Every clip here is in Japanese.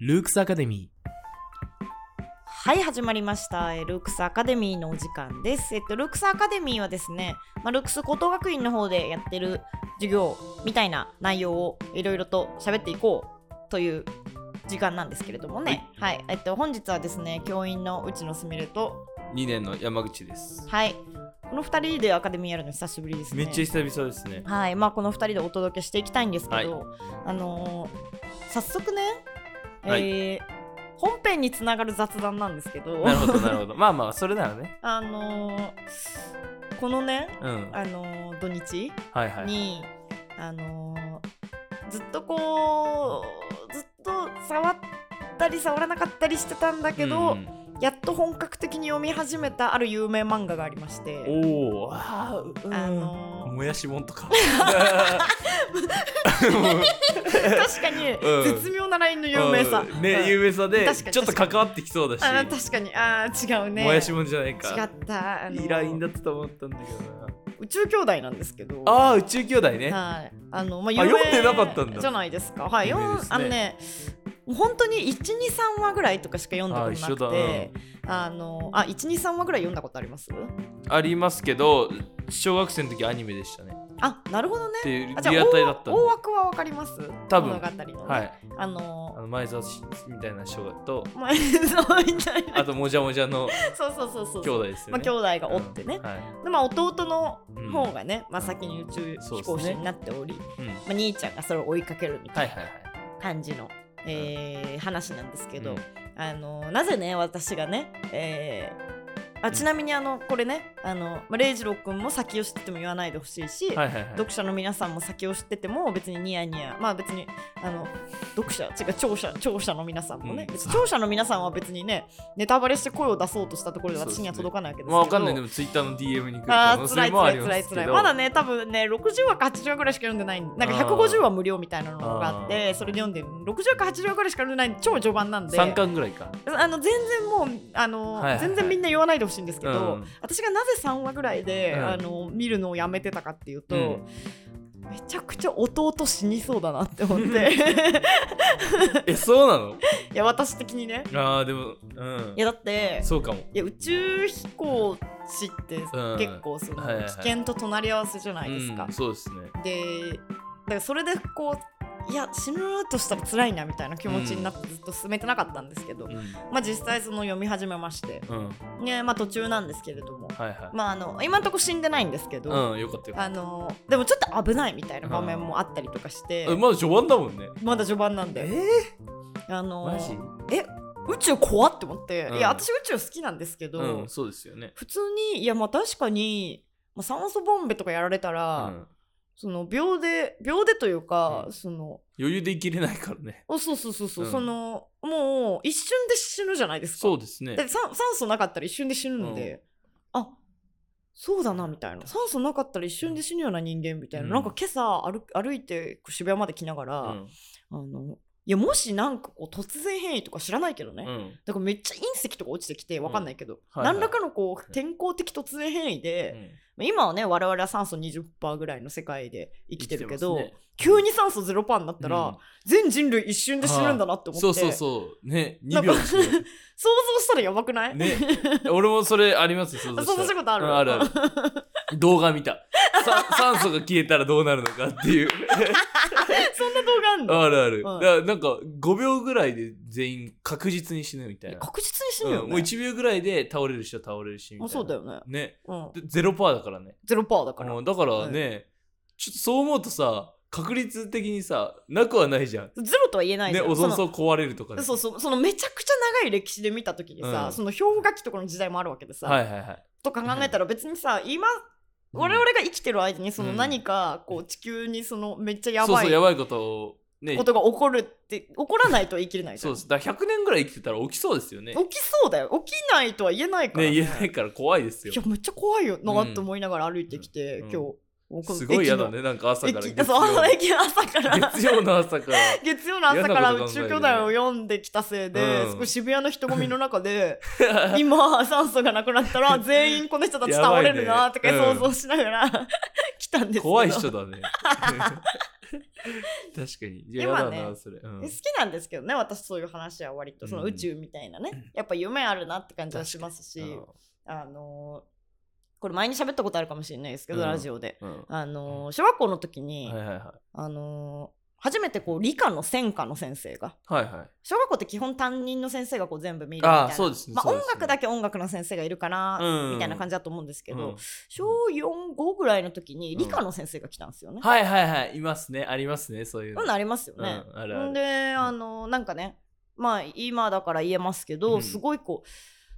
ルークスアカデミー。はい始まりましたえールークスアカデミーのお時間ですえっとルークスアカデミーはですね、まあ、ルークス高等学院の方でやってる授業みたいな内容をいろいろと喋っていこうという時間なんですけれどもねはいえっと本日はですね教員の内野すみれと2年の山口です。 はいこの2人でアカデミーやるの久しぶりですめねっちゃ久々ですね。はいまあこの2人でお届けしていきたいんですけど、あのー早速ね、えー本編につながる雑談なんですけど なるほど、なるほど。まあまあ、それならね。あのーこのね、うん。はいあのー土日はい。に、あのーずっとこうずっと触ったり触らなかったりしてたんだけど、うんやっと本格的に読み始めたある有名漫画がありまして。おお、ああ、うんあのもやしもんと か。ー確かにうん絶妙なラインの有名さ、うんね、うん有名さで、確かにちょっと関わってきそうだし。あー確かにあー違うねもやしもんじゃない違っか。た、あのーいいラインだったと思ったんだけどな。宇宙兄弟なんですけどああ、宇宙兄弟ね。はい、あのまあ、あ有名読んでなかったんだじゃないですか。はい、有読名んですねあのね、本当に一二三話ぐらいとかしか読んだことなあ一緒だくて、あのあ一二三話ぐらい読んだことあります？ありますけど、小学生の時アニメでしたね。あ、なるほどねっ。ていうあリアタイだったん大で大。枠はわかります？多分物語のね、はい。ああのの前澤みたいな人がと、まあそうみたいあな、ともじゃもじゃのそうそうそうそう。兄弟ですよね。まあ兄弟がおってねうん、はいでまあ弟の方がね、まあ先に宇宙飛そう行ですね士になっており、うんはいまあ兄ちゃんがそれを追いかけるみたはいいなはい。感じの、えー話なんですけど、うんあのなぜね私がね、えーあちなみにあのこれねあの、まあ、礼二郎君も先を知ってても言わないでほしいし、はいはいはい。読者の皆さんも先を知ってても別にニヤニヤまあ別にあの読者違う聴者聴者の皆さんもね、うん別に聴者の皆さんは別にねネタバレして声を出そうとしたところでそうです私ねには届かないわけでますけど、あわかんないでもツイッターの DM に来る可あ能ー辛性いもあ辛りいま辛いす辛けいど。まだね多分ね60話か80話ぐらいしか読んでないなんか150話無料みたいなのがあってあーそれで読んでる60か80話ぐらいしか読んでない超序盤なんで三巻ぐらいか。あの全然もうあの、はいはいはい全然みんな言わないでほしいんですけど、うん私がなぜ3話ぐらいで、うんあの見るのをやめてたかっていうと、うんめちゃくちゃ弟死にそうだなって思って えそうなの？いや私的にねああでもうんい。やだってそうかも。いや宇宙飛行士ってうん結構そのはいはい危険と隣り合わせじゃないですかうん。そうですね。でだからそれでこういや死ぬとしたら辛いなみたいな気持ちになってずっと進めてなかったんですけど、うまあ実際その読み始めまして、んうんねまあ、途中なんですけれども、はいはまあ、あの今んとこ死んでないんですけい。ど、うんよかったよかあっのでもちょっと危ないみたいな場面もあったりとかして、た。えまだ序盤だもんね。まだ序盤なんで、えあのマジ？え宇宙怖って思って、うんいや私宇宙好きなんですけど、うんそうですよね。普通にいやまあ確かに、まあ、酸素ボンベとかやられたうら、んその秒で秒でというか、うんその余裕で生きれないからね。おそうそうそうそう、うんそのもう一瞬で死ぬじゃないですかそうですねで。酸酸素なかったら一瞬で死ぬので、あそうだなみたいな酸素なかったら一瞬で死ぬような人間みたいな、うんなんか今朝歩歩いてこう渋谷まで来ながら、うんあのいやもしなんかこう突然変異とか知らないけどね、うんだからめっちゃ隕石とか落ちてきてわかんないけど、はいはい何らかのこう転校的突然変異うで、ん。今はね我々は酸素20%ぐらいの世界で生きてるけど、生きてますね急に酸素0%になったら、うん全人類一瞬で死ぬんだなって思って、そうそうそうねな2んか秒ですね想像したらやばくない、 ね俺もそれありますよ想像想した像したことある、うんあるある 動画見たさ酸素が消えたらどうなるのかって いうそんな動画あんのあるある、うんだからなんか5秒ぐらいで全員確実に死ぬみたいな確実に死ぬよ、ねうんもう1秒ぐらいで倒れる人は倒れるしみたいなあそうだよね、ねうん、でゼロパーだからねゼロパーだから、うんだからね、ちょっとそう思うとさ確率的にさなくはないじゃんゼロとは言えないじねゃんオゾンそ層の壊れるとかねそうそうそのめちゃくちゃ長い歴史で見た時にさ、うんその氷河期とかの時代もあるわけでさ、はいはいはいとか考えたら別にさ今うん我々が生きてる間にそうのん何かこう地球にそのめっちゃやそうばそうやいばいことをねことが起こるって起こらないとは言い切れないじそゃうんです。だから100年ぐらい生きてたら起きそうですよね。ね起きそうだよ起きないとは言えないから言えないから怖いですよいや。めっちゃ怖いよなって思いながら歩いてきて、うん今日おこすごい嫌だ駅ねなんか朝からの駅そう朝の月 駅の朝から曜の朝から月曜の朝から嫌なこと考え宇る宙ね兄弟を読んできたせいで、うんすごい渋谷の人混みの中で 今酸素がなくなった ら全員この人たちやば倒いねれるなとか想像しながら、 来たんですけど怖い人だ ね確かにいや今嫌だねなそれ、うん好きなんですけどね私そういう話は割とそのうん宇宙みたいなね、やっぱ夢あるなって感じはしますし、あのーこれ前に喋ったことあるかもしれないですけど、うんラジオで、うんあのー小学校の時に、はいはいはあのー初めてこう理科の専科の先生がいはいはい小学校って基本担任の先生がこう全部見るみたいあなあそうですねまあ、そう音ですね楽だけ音楽の先生がいるかな、うんみたいな感じだと思うんですけど、うん小45ぐらいの時に理科の先生が来たんですよね。はいはいはいいますねありますねそういうそのういうのありますよね。うんあるあるんであのなんかねまあ今だから言えますけど、うんすごいこう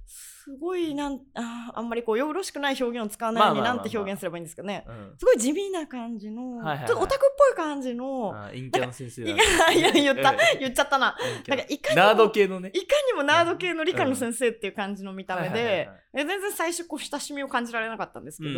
すごいなんあーあんまりこうよろしくない表現を使わないようまにあまあまあなまんあて表現すればいいんですかね。うんすごい地味な感じの、はいはいはいちょっとオタクっぽい感じの、あ陰キャの先生いだかいや言ったうん言っちゃったな。陰キャなんかいかにもナード系のねいかにもナード系の理科の先生っていう感じの見たは目いはいはいではい、で全然最初こう親しみを感じられなかったんですけど、うん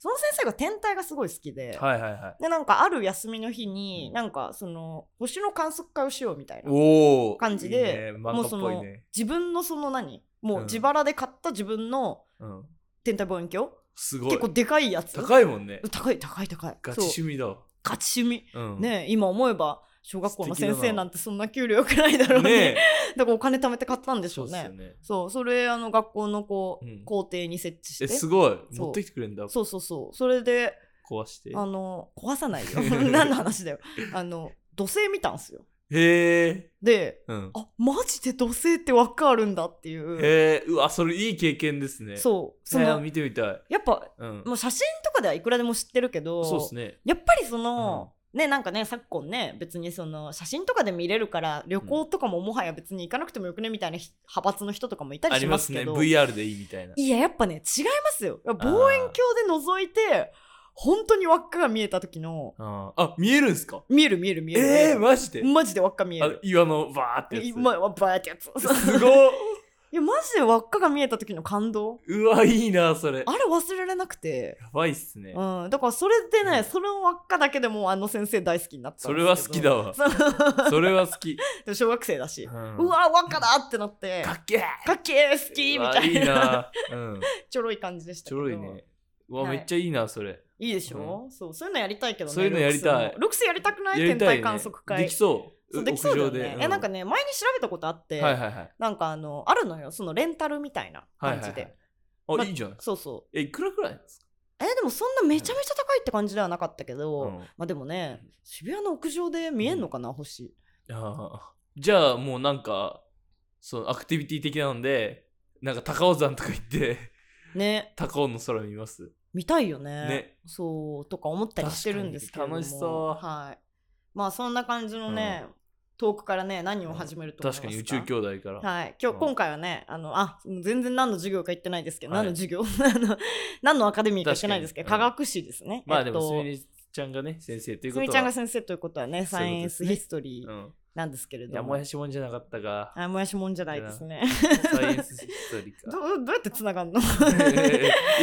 その先生が天体がすごい好きで、はいはいはいでなんかある休みの日に、うんなんかその星の観測会をしようみたいなおお感じでいいね、も漫うそ画っぽいのね自分のその何もううん自腹で買った自分のうん天体望遠鏡、すご結い構でかいやつ高いもんね高い高い高いガチそう趣味だわガチ趣味、うんねえ今思えば小学校の素敵だ先な生なんてそんな給料よくないだろうねねだからお金貯めて買ったんでしそょううっねす そうよねそれあの学校のこう、うん校庭に設置してえすごいそう持ってきてくれんだそうそうそうそれで壊してあの壊さない よ 何の話だよあの土星見たんすよへえでうんあマジで土星ってわかるんだっていう、へえうわそれいい経験ですねうそうそその見てみたいやっぱうんもう写真とかではいくらでも知ってるけどそうですねやっぱりその、ねなんかね昨今ね別にその写真とかで見れるから旅行とかももはや別に行かなくてもよくねみたいなひ派閥の人とかもいたりあしりまますすけねど VR でいいみたいないややっぱね違いますよ望遠鏡で覗いて本当に輪っかが見えた時のあーあ見えるんすか見える見える見えるえー、マジでマジで輪っか見えある岩のバーってやつ今はバーってやつすごっ いやマジで輪っかが見えた時の感動うわいいなそれやあれ忘れられなくて、ばいっすねうん、だからそれでね、うんその輪っかだけでもうあの先生大好きになったそんれではす好けきどだわそれは好き で小学生だし、うんうわ輪っかだってなってかっけえかっけー好きうみわたいいいななうん ちょろい感じでしちたけょどろいねうわ、はいめっちゃいいなそれいいでしょ、そうそういうのやりたいけどねそういうのやりたいルクスもルクスやりたくないやり天たい体ね観測会できそうそううできそうだよね屋上でうえなんかね前に調べたことあって、はいはいはいなんかあのあるのよそのレンタルみたいなはい感はいじで、はいあ、まいいじゃないそうそうえいくらくらいなんですかえでもそんなめちゃめちゃ高いって感じではなかったけど、うんまあでもね渋谷の屋上で見えんのかな、星あーじゃあもうなんかそのアクティビティ的なのでなんか高尾山とか行って ね高尾の空見ます見たいよねねそうとか思ったりしてるんですけれども確かに楽しそうはいまあそんな感じのね、遠くからね何を始めると思います確かかに宇宙兄弟から、はい、今日うん今回はねあのあ全然何の授業か言ってないですけど、はい何の授業 あの何のアカデミーか言ってないですけど確科かに学史ですね、まあでもすえっみれちゃんがね先生といとうことはすみちゃんが先生ということはねそうサいうことイエンですスねヒストリーうんなんですけれいどやも、もやしもんじゃなかったが あもやしもんじゃないですねサイエンスヒストリーどかうどうやってつながんの い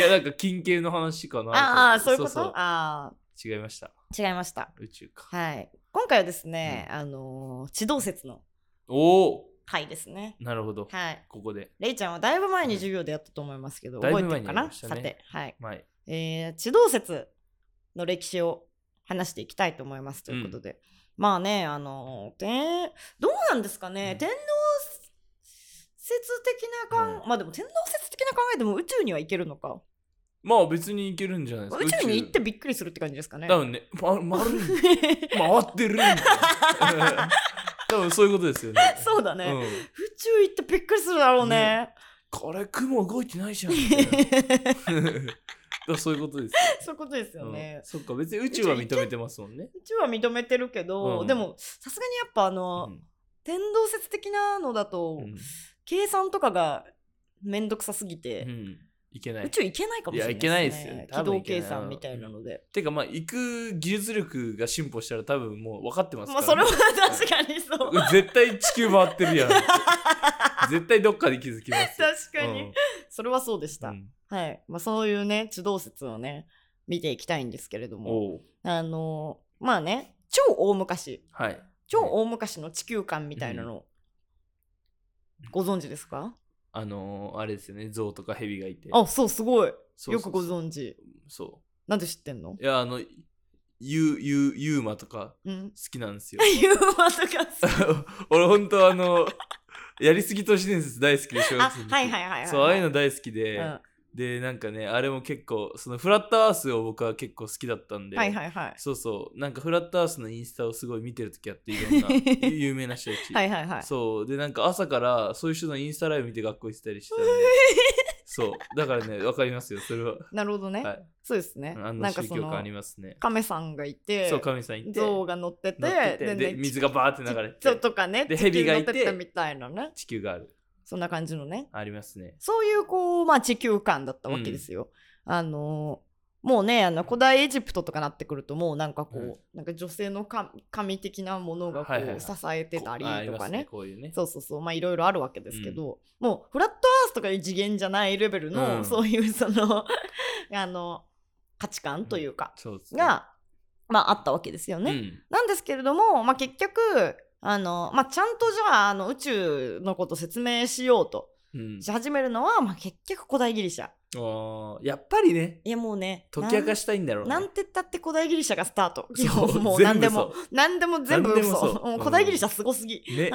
やなんか近景の話かなああそういうことそうああ違いました違いました宇宙か、はい、今回はですね、あのー地動説のおお回ですね。なるほど、はい、ここでレイちゃんはだいぶ前に授業でやったと思いますけど、だい覚ぶえてるかな、前にやりましたさねて、はい前えー地動説の歴史を話していきたいと思いますということで、まあねあのー天どうなんですかね、うん天皇説的な考え、まあでも天皇説的な考えでも宇宙には行けるのかまあ別に行けるんじゃないですか宇宙に行ってびっくりするって感じですかね多分ね、ま、まるい回ってるんだよ 多分そういうことですよね そうだね、宇ん、宙行ってびっくりするだろうねこれ雲動いてないじゃ んみたいなだから そういうことですそういうことですよよね、うんそっか別に宇宙は認めてますもんね、宇宙は認めてるけど、うんでもさすがにやっぱあうの、ん天動説的なのだと、うん計算とかがめんどくさすぎて、うん、いけない宇宙行けないかもしれないいや行けないですよ多軌分道行けない計算みたいなので、てかまあ行く技術力が進歩したら多分もう分かってますまかあそれら、は確かにそう 確絶対地球回ってる やん絶対どっかで気づきますよかに、それはそうでした、うんはい、まあ、そういうね地動説をね見ていきたいんですけれどもおうあのまあね超大昔はい超大昔の地球館みたいなの、ご存知ですかあのー、あれですよね象とか蛇がいてあそうすごいそうよそくうご存知そなんで知ってんのういやあのゆゆユーマとかうん 好きなんですよ ユーマとか好き俺ほんとあのやりすぎ都市伝説大好きで小あ学生の時はいはいはいはいそうああいうの大好きで、うんでなんかねあれも結構そのフラットアースを僕は結構好きだったんで、はいはいはいそうそうなんかフラットアースのインスタをすごい見てる時あっていろん な有名な人たち、はいはいはいそうでなんか朝からそういう人のインスタライブ見て学校行ってたりしてた んでそうだからねわかりますよそれはなるほどね、はいそうですねあなのんか宗そ教感あのりますね亀さんがいてそう神さんいて象が乗ってて乗っててでね水がバーって流れそうてとかねで蛇がいて地球乗ってったみたいなね地球があるそんな感じのねありますねそういうこう、まあ、地球感だったわけですよ。あのもうねあの古代エジプトとかなってくるともうなんかこう、うんなんか女性の神神的なものがこう、はいはいはい支えてたりこあありとまかすねこういうねそうそうそうまあいろいろあるわけですけど、もうフラットアースとかいう次元じゃないレベルうの、んそういうその あの価値観というか、そうですが、まあ、あったわけですよね。うんなんですけれども、まあ、結局あの、まあ、ちゃんとじゃああの宇宙のこと説明しようとうんし始めるのは、まあ、結局古代ギリシャあーやっぱりねいやもうね解き明かししたいんだろうねなんてったって古代ギリシャがスタートそういやもう全何部でもそう何でも全部何でも嘘そうもううん古代ギリシャすごすぎ、 ね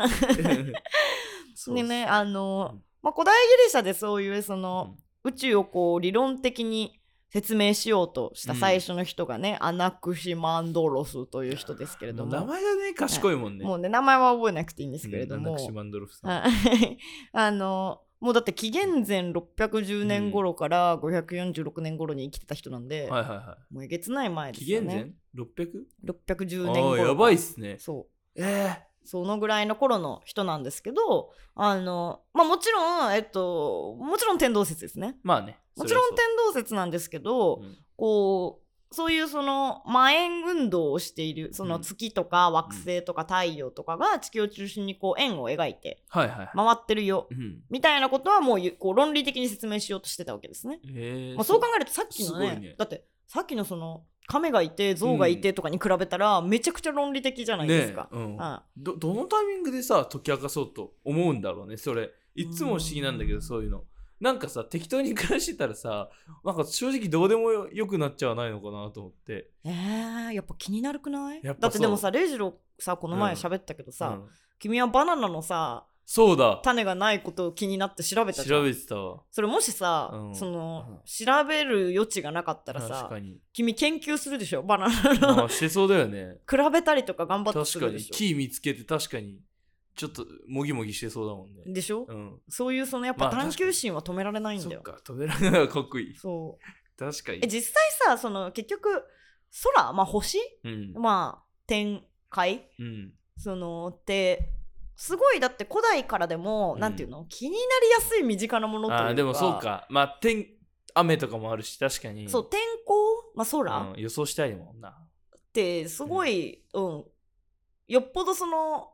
そうでねあの、うんまあ、古代ギリシャでそういうその、宇宙をこう理論的に説明しようとした最初の人がね、アナクシマンドロスという人ですけれもどうも名前がね賢いもんね、もうね名前は覚えなくていいんでですけれども、クシマンドロフさん、はい あのもうだって紀元前610年頃から546年頃に生きてた人なんで、はいはいはもうえげつない前いで紀すよ元ね前 600? 610年ああ頃やばいっすねそえうそのぐらいの頃の人なんですけどあのまあもちろんえっともちろん天動説ですー、ねまあねもちろんそ天れ動説なんですけはど、そううんこうそういうその蔓延運動をしているそうのん月とか惑星とか太陽とかが地球を中心にこう円を描いてはいはいはい、回ってるようんみたいなことはもうゆこう論理的に説明しようとしてたわけですね。えーまあ、そう考えるとさっきのすねごいねだってさっきのその亀がいて象がいてとかに比べたらめちゃくちゃ論理的じゃないですか。ねえうんあどどのタイミングでさ解き明かそうと思うんだろうねそれいつも不思議なんだけうどんそういうのなんかさ適当に暮らしてたらさなんか正直どうでもよよくなっちゃわないのかなと思ってえー、やっぱ気になるくないやっぱそうだってでもさ礼二郎さこの前喋ったけどさ、うん君はバナナのさそうだ種がないことを気になって調べたじゃ調んべてたわそれもしさ、うんそのうん調べる余地がなかったら確さかに君研究するでしょバナナまのあしてそうだよ ね比べたりとか頑張ってす確かるでにしょ木見つけて確かにちょっともぎもぎしてそうだもんねでしょ、うんそういうそのやっぱまあ探求心は止められないんそだよっ。か飛べられないかっこいいそう確かにえ実際さその結局空、まあ、星、うんまあ、天界うんそのってすごいだって古代からでも、うんなんていうの気になりやすい身近なものというかあーでもそうかまあ天雨とかもあるし確かにそう天候、まあ、空っうん予想したいもんなてすごい、うんよっぽどその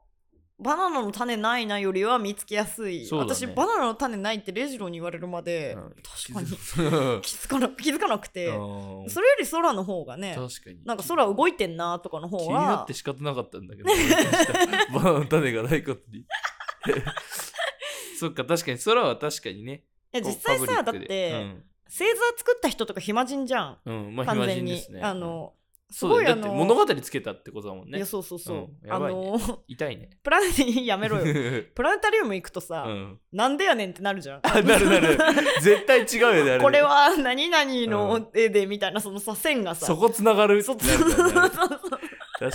バナナの種ないなよりは見つけやすい、そうだね私バナナの種ないってレジローに言われるまで、うん確か にうん気づかな気づかなくて、そ確れより空の方がねかになんか空動いてんなとかの方気がになって仕方なかったんだけど バナナの種がないことに そっか確かに空は確かにねいや実際こうパさだブっリックて、で星座作った人とか暇人じゃんうん、うん、まあ完暇全人に、ですねあの、うんすそうごだいよあだのって物語つけたってことだもんいねやそうそうそう、うんあやばいねの 痛いねプラネやめろ よプラネタリウム行くとうさ、んなんでやねんってなるじゃんあなるなる絶対違うよねあれね これは何々の絵でみたいなそのさ線がさそこつながるってそ なるからねそうそうそ確うかに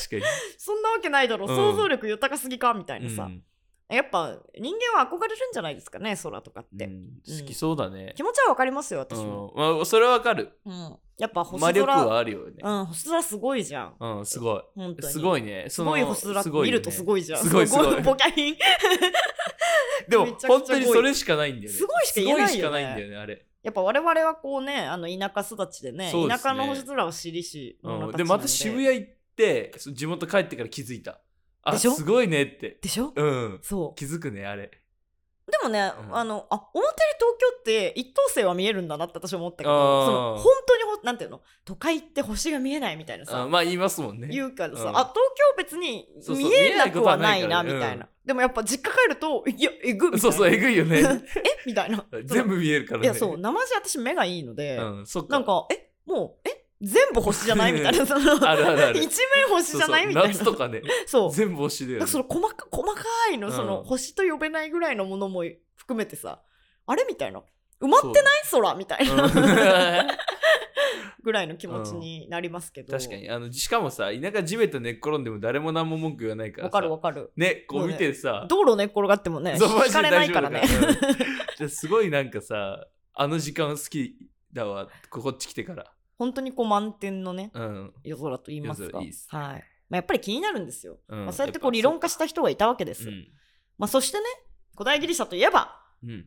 そんなわけないだろ、うん想像力豊かすぎかみた いなうさ、んやっぱ人間は憧れるんじゃないですかね空とかって、うん好きそうだね気持ちはわかりますよ私うも、んまあそれはわかるうんやっぱ星魔空力はあるよねうん星空すごいじゃんうんすごい本当にすごいね。すそのごい星空すごいよね見るとすごいじゃん。すごいすごいボキャイン。でもめちゃくちゃ本当にそれしかないんだよね。すごいしか言えないよねすごしかないんだよね、あれ。やっぱ我々はこうね、あの田舎育ちでね、そうで田すね舎の星空を知りし、うん、で、また渋谷行って、そう地元帰ってから気づいた。あ、でしょすごいねって。でしょうん。そ気づくね、あれ。う。でもね、うんあのあ思ってる東京って一等星は見えるんだなって私思ったけあどーその本当にほなんていうの都会って星が見えないみたいなあさまあ言いますもんね。言うからさ、うんあ東京別にそうそう見えなくはないな見えないことはないからねみたいな、でもやっぱ実家帰るといやえぐみたいなそうそう、えぐいよ ね。 えみたいな全部見えるからいね。やそう生地私目がいいので、うん、そっか。なんかえもうえ全部星じ ゃないみたいなそのあるあるある。 一面星じゃないそうみそうたいな夏とかね、そう全部推しだよねなんかその細か細かいの、うんその星と呼べないぐらいのものも含めてさあれみたいな埋まってない空みたいな ぐらいの気持ちになりますけうんど、確かにあのしかもさ田舎地べた寝っ転んでも誰も何も文句言わないからわさかるわかるねこう見てさ、道路寝っ転がってもねそうマ引ジかれでない大丈夫からだねじゃあすごいなんかさあの時間好きだわここっち来てから 本当にこう満点のねうん、夜空と言います夜か空いいっすはいまあ、やっぱり気になるんですよ、うんまあ、そうやってこう理論化した人がいたわけです、うんまあ、そしてね古代ギリシャといえばうん、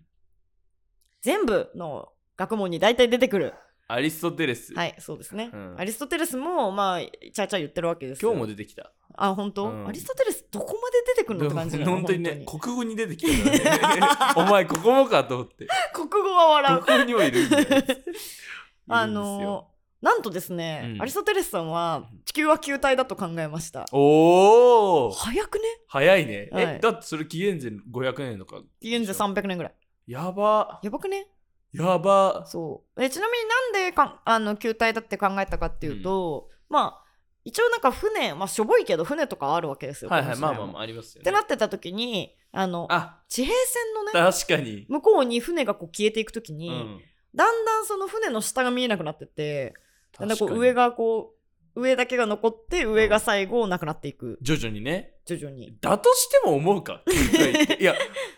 全部の学問に大体出てくるアリストテレス、はいそうですね、うんアリストテレスもまあちゃいちゃい言ってるわけですよ今日も出てきたあ本当、うんアリストテレスどこまで出てくるのって感じだよ本当にね国語に出てきたから ねお前ここもかと思って国語は笑う国語にもいるんだ よいるんですよあのーなんとですね、うんアリストテレスさんは地球は球体だと考えましたおお早くね早いね、はえいだってそれ紀元前500年とか現在300年ぐらいやばやばくねやばそうえちなみになんでかんあの球体だって考えたかっていうと、まあ一応なんか船まあしょぼいけど船とかあるわけですよはいはいまあまああまあありますよっねてなってた時にあのあ地平線のね確かに、向こうに船がこう消えていく時うに、ん、だんだんその船の下が見えなくなっててだんだんこ確かうに上がこう上だけが残って上が最後なくなっていく徐々にね徐々に、だとしても思うか球体 っていや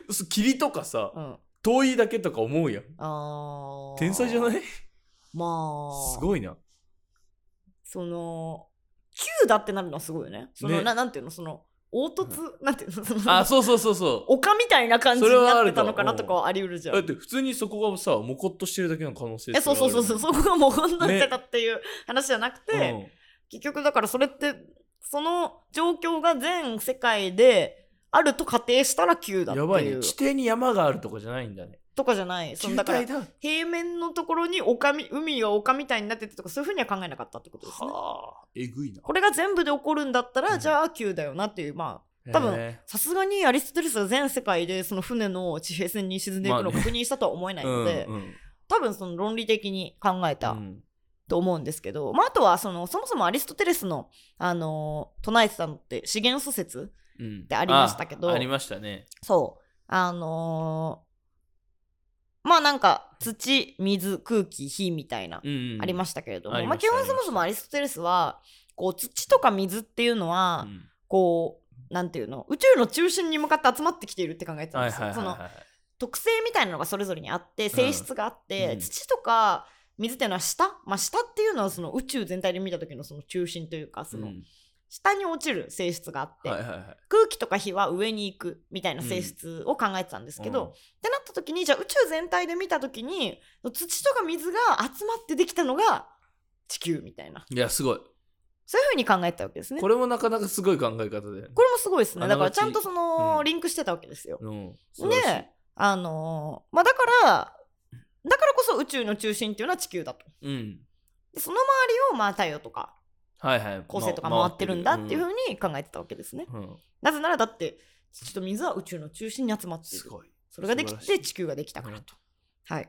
そ霧とかさうん、遠いだけとか思うやんあー天才じゃないすまあごいなその9だってなるのはすごいよねそのねななんていうのその凹凸、なんていうのそのあそうそうそうそう丘みたいな感じにそれはあなってるかたのかなとかはあり得るじゃだっんて普通にそこがさもこっとしてるだけの可能性えそうそうそうそううそこがもうこんなってたっていう話じゃなくて、ん結局だからそれってその状況が全世界であると仮定したら9だってやばいいねう地底に山があるとかじゃないんだねとかじゃないその球だから体だ平面のところに丘み海が丘みたいになっててとかそういうふうには考えなかったってことですね。はあえぐいなこれが全部で起こるんだったら、うんじゃあ9だよなっていうまあ多分へさすがにアリストテレスが全世界でその船の地平線に沈んでいくのまをあね確認したとは思ええないので、うんうん多分その論理的に考えたうんと思うんですけど、まあ、あとはそのそもそもアリストテレスの、あのー唱えてたのって資源素説ってありましたけどあありましたね。そうあのーまあなんか土水空気火みたいな、うんうん、ありまししたけれどあも、りまあ、ま基した本そもそもアリストテレスはこう土とか水っていうのは、こうなんていうの宇宙の中心に向かって集まってきているって考えてたんはいですよ。はいはいそのは特性みたいなのがそれぞれにあって性質があって、うん土とか水っていうのは下、まあ、下っていうのはその宇宙全体で見た時のその中心というかい。そうんの下に落ちる性質があって、はいはいはい。空気とか火は上に行くみたいな性質を考えてたんですけど、ってなった時にじゃあ宇宙全体で見た時に土とか水が集まってできたのが地球みたいなうん、いやすごい。そういうふうに考えてたわけですね。これもなかなかすごい考え方だよね。これもすごいですねあだなかがらちちゃんとその、うんリンクしてたわけですよ。うん、素晴らしいで、あのーまあだからだからこそ宇宙の中心っていうのは地球だと。うん。でその周りをまあ太陽とかはいはい。恒星とかま回ってるんだっていうふうに考えてたわけですね。うんうんなぜならだって土と水は宇宙の中心に集まっていする。ごい。それができ素晴らてしい地球ができたからと。はい。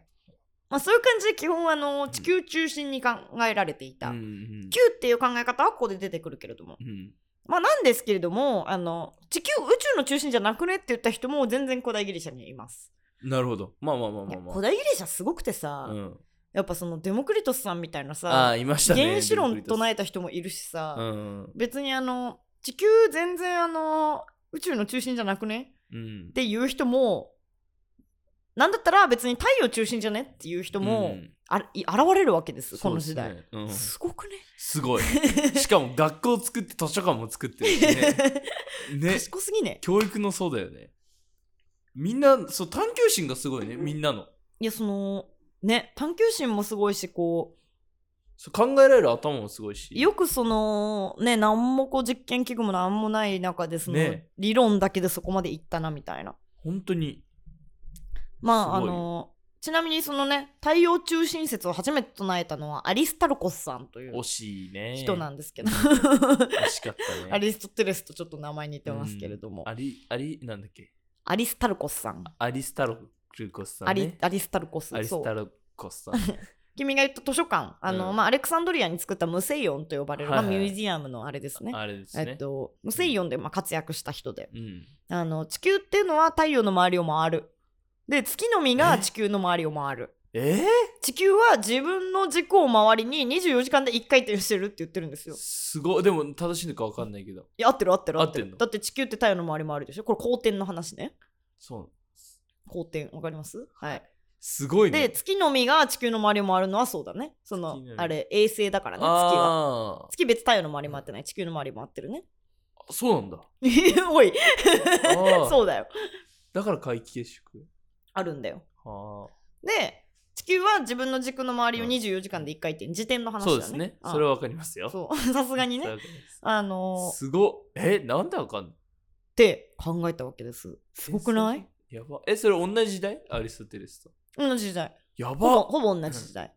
まあそういう感じで基本あのん地球中心に考えられていうた。9んうんっていう考え方はここで出てくるけれども。うんまあなんですけれども、あの地球宇宙の中心じゃなくねって言った人も全然古代ギリシャにいます。なるほど。まあまあまあいまやあまあ。古代ギリシャすごくてさ、うん、やっぱそのデモクリトスさんみたいなあさ、あ、いましたね。原子論唱ええた人もいるしさ、うん別にあの地球全然あの宇宙の中心じゃなくねうんっ。ていう人もなんだったら別に太陽中心じゃねっていう人でも、んあい現れるわけですこの時代そうですねうんすごくねすごい。しかも学校作って図書館も作ってるしね。ね 賢すぎね教育のそうだよねみんなそう探求心がすごいねみんなのいやそのね探求心もすごいしこそう考えられる頭もすごいしうよくそのね何もこう実験器具も何もない中でその、ね理論だけでそこまでいったなみたいな本当にまああすごいのちなみにそのね太陽中心説を初めて唱えたのはアリスタルコスさんという惜しいね。人なんです けど、惜しかったね。アリストテレスとちょっと名前似てますけれども、アリ、アリ、なんだっけアリスタルコスさん、アリスタロクコスさアん、リね。アリスタルコスアリそスタうロコスさん。君が言った図書館あの、うんまあ、アレクサンドリアに作ったムセイオンと呼ばれる、はいはいまあ、ミュージアムのあれですねあれですね。えっと、ムセイオンでまあ活躍した人でうん。あの地球っていうのは太陽の周りを回るで月の実が地球の周りを回るえ地球は自分の軸を周りに24時間で1回転してるって言ってるんですー、よすごい。でも正しいのかわかんないけど。いや合ってる合ってる合合ってってんるのだって地球って太陽の周り回るでしょこれ公転の話ねそう。公転わかりますはいすごいね。で月の実が地球の周りを回るのはそうだねその月の実あれ衛星だからね月はあ月別太陽の周り回ってない地球の周り回ってるね あ、そうなんだ。おいああ そうだよだから皆既月食。あるんだよはで地球は自分の軸の周りをうん24時間で1回転時点のあ、話そだようねですね。あそれはわかりますよ。そうさすがにそれはねわかりますあのーっすごっえ、なんでわかんないて考えたわけですすごくないやば。え、それ同じ時代アリストテレスと。同じ時代やほぼばほぼ同じ時代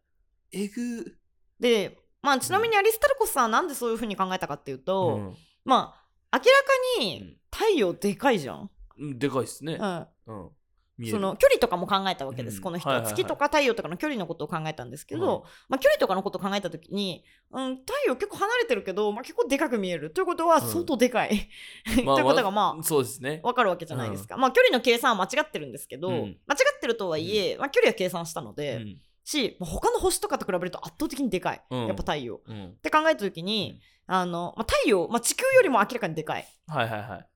えぐでまあちなみにアリスタルコスさんはなんでそういうふうに考えたかっていうと、まあ明らかに太陽でかいじゃん、うん。でかいっすねう。ん、うん。見えそるの距離とかも考えたわけです、うんこの人はいははいはい月とか太陽とかの距離のことを考えたんですけど、うんまあ、距離とかのことを考えた時に、うん、太陽結構離れてるけど、まあ、結構でかく見えるということはうん相当でかい、 まあということがまあそうですね。わかるわけじゃないですか、まあ距離の計算は間違ってるんですけど、うん間違ってるとはいえ、まあ、距離は計算したので、うんし、まあ、他の星とかと比べると圧倒的にでかい、うんやっぱ太陽っうん。て考えた時に、あのまあ、太陽、まあ、地球よりも明らかにでかいっはいはいはい。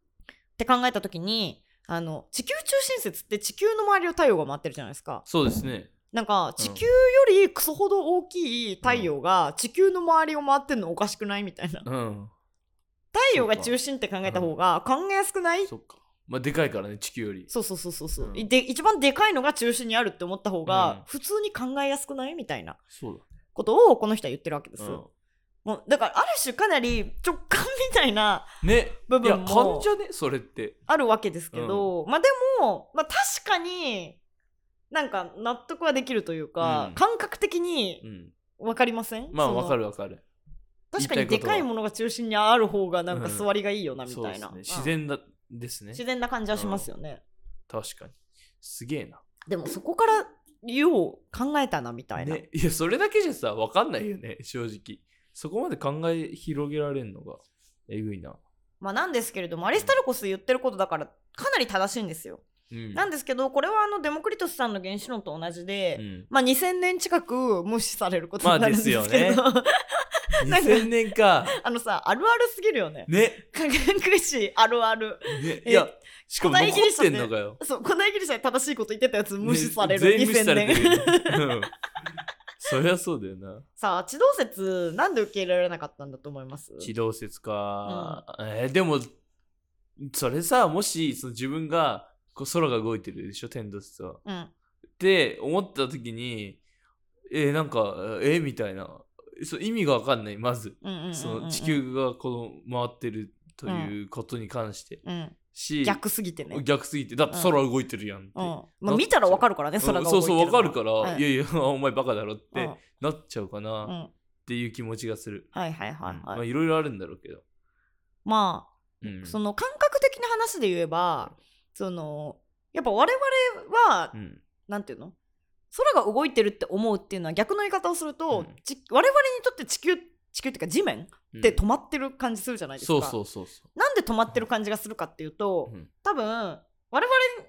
て考えた時にあの地球中心説って地球の周りを太陽が回ってるじゃないですか。そうですね。なんか地球よりクソほど大きい太陽が地球の周りを回ってんのおかしくないみたいな太 うん。陽が中心って考えた方が考えやすくないそっか。まあ、でかいからね、地球より。そうそうそうそうそう、うんで一番でかいのが中心にあるって思った方うんが普通に考えやすくないみたいなそうことをこの人は言ってるわけです、だ。うんもうだからある種かなり直感みたいなね。部いや、分も患者ね、それって。あるわけですけど、まあでも、まあ、確かになんか納得はできるというか、うん感覚的にうん。分かりませんまあ、そのわかるわかる。確かに言でいたかいいことはものが中心にある方がなんかうん座りがいいよなみそうたでいすな、ねうん。自然だですね自。然な感じはしますよね、確かに。すげえな。でもそこからよう考えたなみたいな、ね、いや、それだけじゃさ、わかんないよね、正直。そこまで考え広げられるのが、えぐいな。まあなんですけれどもアリスタルコス言ってることだからかなり正しいんですよ、うん。なんですけどこれはあのデモクリトスさんの原子論と同じ で、うん、まあ2000年近く無視されることまあになるんですけど、ですよなんか ?2000 年か。あのさあるあるすぎるよね ね。科学史あるあるねえいや、しかも古残代ギリっシャてでんのかよ。そう古代ギリシャで正しいこと言ってたやつ無視される、ね全員無視2000されて年るよね。うんそりゃそうだよな。さあ地動説なんで受け入れられなかったんだと思います 地動説か。えーでも、それさ、もしその自分がこう空が動いてるでしょ、天動説は。うん、って思った時に、えーなんか、えーみたいな。そう意味がわかんない、まず。うんうんうんうんその地、球がこの回ってるということに関して。うん、し逆すぎてね、うん逆すぎてだって空動いてるやんって、まあ、見たらわかるからね空うんがそ動いうてそるうのわかるから、うんいやいやお前バカだろっうてんなっちゃうかうなっんていう気持ちがする、はいはいはういんはい、まあいろいろあるんだろうけど、まあうんその感覚的な話で言えばそのやっぱ我々は、うんなんていうの空が動いてるって思うっていうのは逆の言い方をすると、うんち我々にとって地球地球っていうか地面うんって止まってる感じするじゃないですか、そうそうそうそなんで止まってる感じがするかっていうと、う、うん多分我々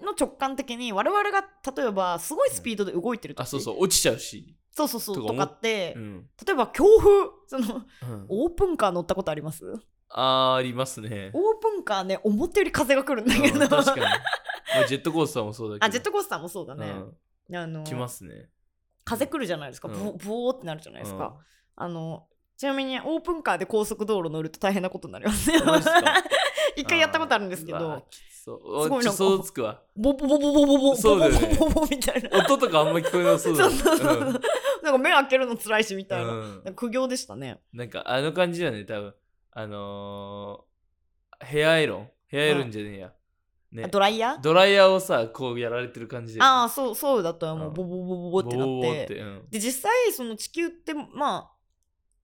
の直感的に我々が例えばすごいスピードで動いてる時、あそうそう落ちちゃうし、そうそうそうとかと思かっって、うん例えば強風そのうんオープンカー乗ったことありますあーありますねオープンカーね思ったより風が来るんだけうんど確かに、まあ、ジェットコースターもそうだけど あジェットコースターもそうだね、あうのん、来ますね風来るじゃないですか、うんブオブオーってなるじゃないですか、あのちなみにオープンカーで高速道路乗ると大変なことになりますよマジっすか一回やったことあるんですけうわどーきつそうすごいちょなっと想像つくわボボボボボボボボそうだボよねボボボみたいな音とかあんま聞こえなそうだそうねそうそう、なんか目開けるの辛いしみたいな、うんなんか苦行でしたねなんかあの感じだね、多分。あのー、ヘアアイロンヘアアイロンじゃねえや。ねあドライヤードライヤーをさこうやられてる感じでああそうそうだったよもううんボボボボボってなっボーってて、うん、で実際その地球ってまあ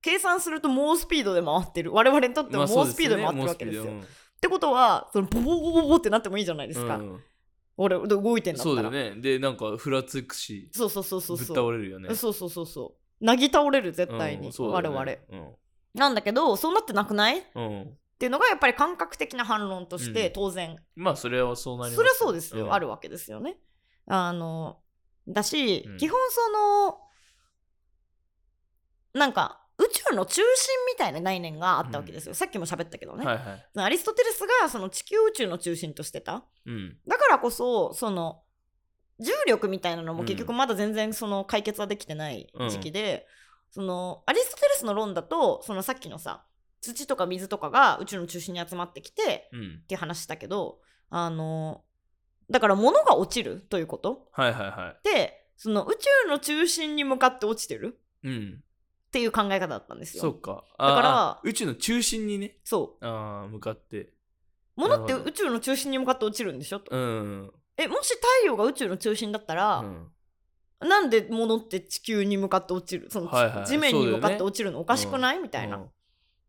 計算すると猛スピードで回ってる我々にとってまもあそ猛うスピードで回ってるわけですよ、ね猛スピードってことはそのボボボボボってなってもいいじゃないですか、うんうん俺動いてんだったそらうだよねでなんかふらつくしそうそうそうそうぶっそ倒う、れるよねそうそうそうそうなぎ倒れる絶対に、うんそうだ我よね々なんだけどそうなってなくないっうん、うん、ていうのがやっぱり感覚的な反論として、うん当然まあそれはそうなりますそれはそうですよ、んあるわけですよね。あのだし、うん基本そのなんか宇宙の中心みたいな概念があったわけですよ、さっきも喋ったけどね、はいはいアリストテレスがその地球宇宙の中心としてたうんだからこそその重力みたいなのも結局まだ全然その解決はできてない時期で、そのアリストテレスの論だとそのさっきのさ土とか水とかが宇宙の中心に集まってきてうんっていう話したけどあのだから物が落ちるということはいはいはでその宇宙の中心に向かって落ちてるいうんっていう考え方だったんですよ。そうかだからああ宇宙の中心にねそあー向かってう物ってなるほど宇宙の中心に向かって落ちるんでしょとうんうんえもし太陽が宇宙の中心だったら、うんなんで物って地球に向かって落ちるその、はいはい地面に向かって落ちるのおかしくない、みみたいな。うん、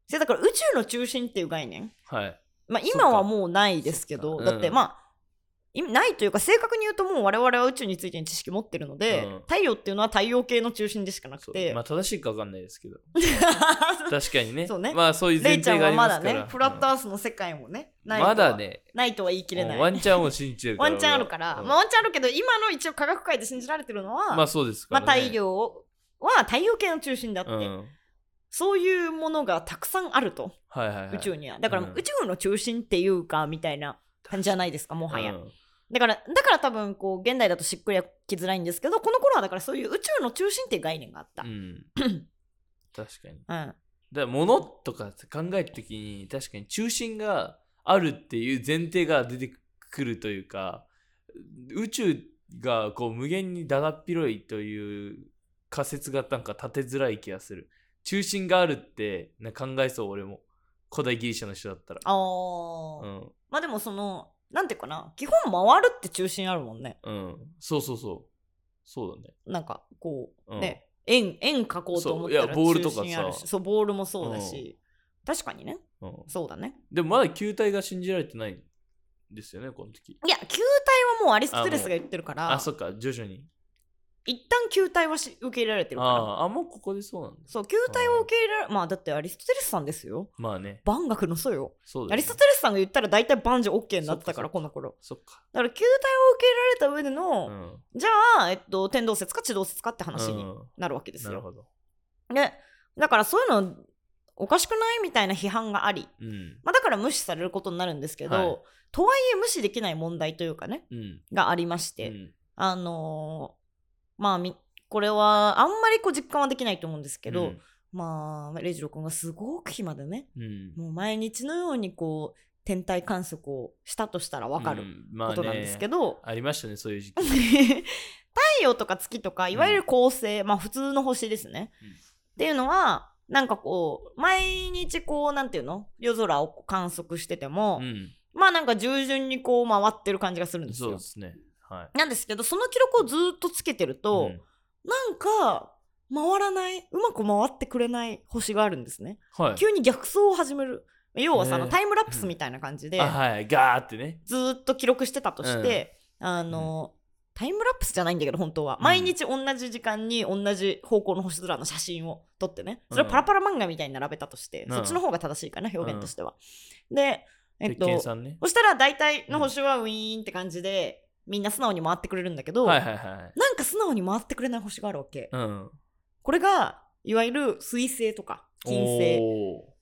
それだから宇宙の中心っていう概念、はいまあ、そっか今はもうないですけどそっかだってうんまあいないというか正確に言うともう我々は宇宙についての知識持ってるので、うん太陽っていうのは太陽系の中心でしかなくそうて、 まあ正しいかわかんないですけど 確かにねそうねまあそういうレ前イちゃ提んがあはりままだすからねフラットアースの世界もねうんないとはまだねないとは言い切れないうんワンチャンを信じてるかワらンチャンあるか俺ら、はうんまあ、ワンチャンあるけど今の一応科学界で信じられてるのは、まあまあそうですから、ね、太陽は太陽系の中心だって、うんそういうものがたくさんあるとはいはいはい宇宙にはだからうん宇宙の中心っていうかみたいな感じじゃないですかもはや、うんだからだから多分こう現代だとしっくりはきづらいんですけどこの頃はだからそういう宇宙の中心っていう概念があった、ううん ん確かにうんだから物とかって考えるときに確かに中心があるっていう前提が出てくるというか宇宙がこう無限にだだっ広いという仮説がなんか立てづらい気がする中心があるってなんか考えそう俺も古代ギリシャの人だったらあー、うんまあでもそのなんていうかな基本回るって中心あるもんねうんそうそうそうそうだねなんかこう、うんね円円描こうと思そったういらやボールとかさ中心あるしそうボールもそうだし、確かにねうんそうだねでもまだ球体が信じられてないんですよねこの時いや球体はもうアリストテレスが言ってるからあそっか徐々に一旦球体はし受け入れられてるからあーあもうここでそうなんですそう球体を受け入れられまあだってアリストテレスさんですよまあね万学の祖よそうだアよねリストテレスさんが言ったら大体万事 OK になってたからそこの頃そっかだから球体を受け入れられた上での、うんじゃあ、えっと、天動説か地動説かって話にうんなるわけですなるよ、ほどでだからそういうのおかしくないみたいな批判があり、うんまあ、だから無視されることになるんですけど、はいとはいえ無視できない問題というかねうんがありましうて、んあのーまあみこれはあんまりこう実感はできないと思うんですけど、まあ礼二郎君がすごく暇でねうんもう毎日のようにこう天体観測をしたとしたら分かうるんまあねことなんですけど、ありましたねそういう時期太 陽とか月とかいわゆる恒星、まあ普通の星ですね、うんっていうのはなんかこう毎日こうなんていうの夜空を観測しててもう、んまあなんか従順にこう回ってる感じがするんですそうよですねはいなんですけどその記録をずっとつけてるうと、んなんか回らないうまく回ってくれない星があるんですね、はい急に逆走を始める要はさ、あのねタイムラプスみたいな感じで、あはいガーってねずーっと記録してたとして、あの、タイムラプスじゃないんだけど本当はうん毎日同じ時間に同じ方向の星空の写真を撮ってねそれをパラパラ漫画みたいに並べたとして、うんそっちの方が正しいかな表現としては。でえっ鉄と拳さんねそしたら大体の星はウィーンって感じで、みんな素直に回ってくれるんだけど、はいはいはいなんか素直に回ってくれない星があるわけ。うんこれがいわゆる水星とか金星お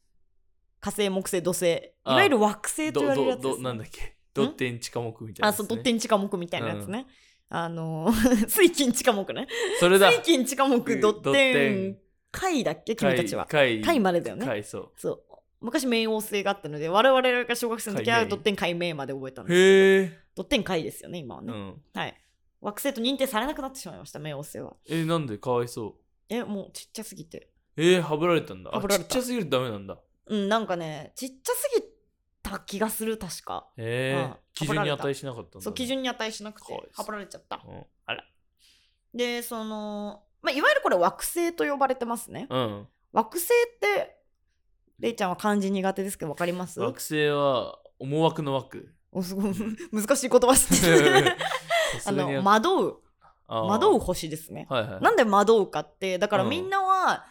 火星木星土星いあわゆる惑星ーと言われるやつどでどすどね、なんだっけドッテン地下目みたいなあやつそうねドッテン地下木みたいなやつね、あの ー水金地下木ねそれだ水金地下木ドッテン貝だっけ君たちは貝貝までだよね貝そそう昔冥王星があったので我々が小学生の時は貝冥ドッテン解明まで覚えたんうですへえドッテン解ですよね今はうね、んはい惑星と認定されなくなってしまいました冥王星はえなんでかわいそうえもうちっちゃすぎてえー、はぶられたんだ。はあぶられちたっちゃすぎるとダメなんだ。うんなんかねちっちゃすぎた気がする確かえーうん基準に値しなかったんだ、ね。そう基準に値しなくかわいてそうはぶられちゃったうん。あら。でその、まあ、いわゆるこれ惑星と呼ばれてますねうん。惑星ってレイちゃんは漢字苦手ですけど分かります惑星は思惑の 枠。おすごい難しい言葉知 ってるああの惑う惑う星ですねはいはい。なんで惑うかってだからうんみんなは、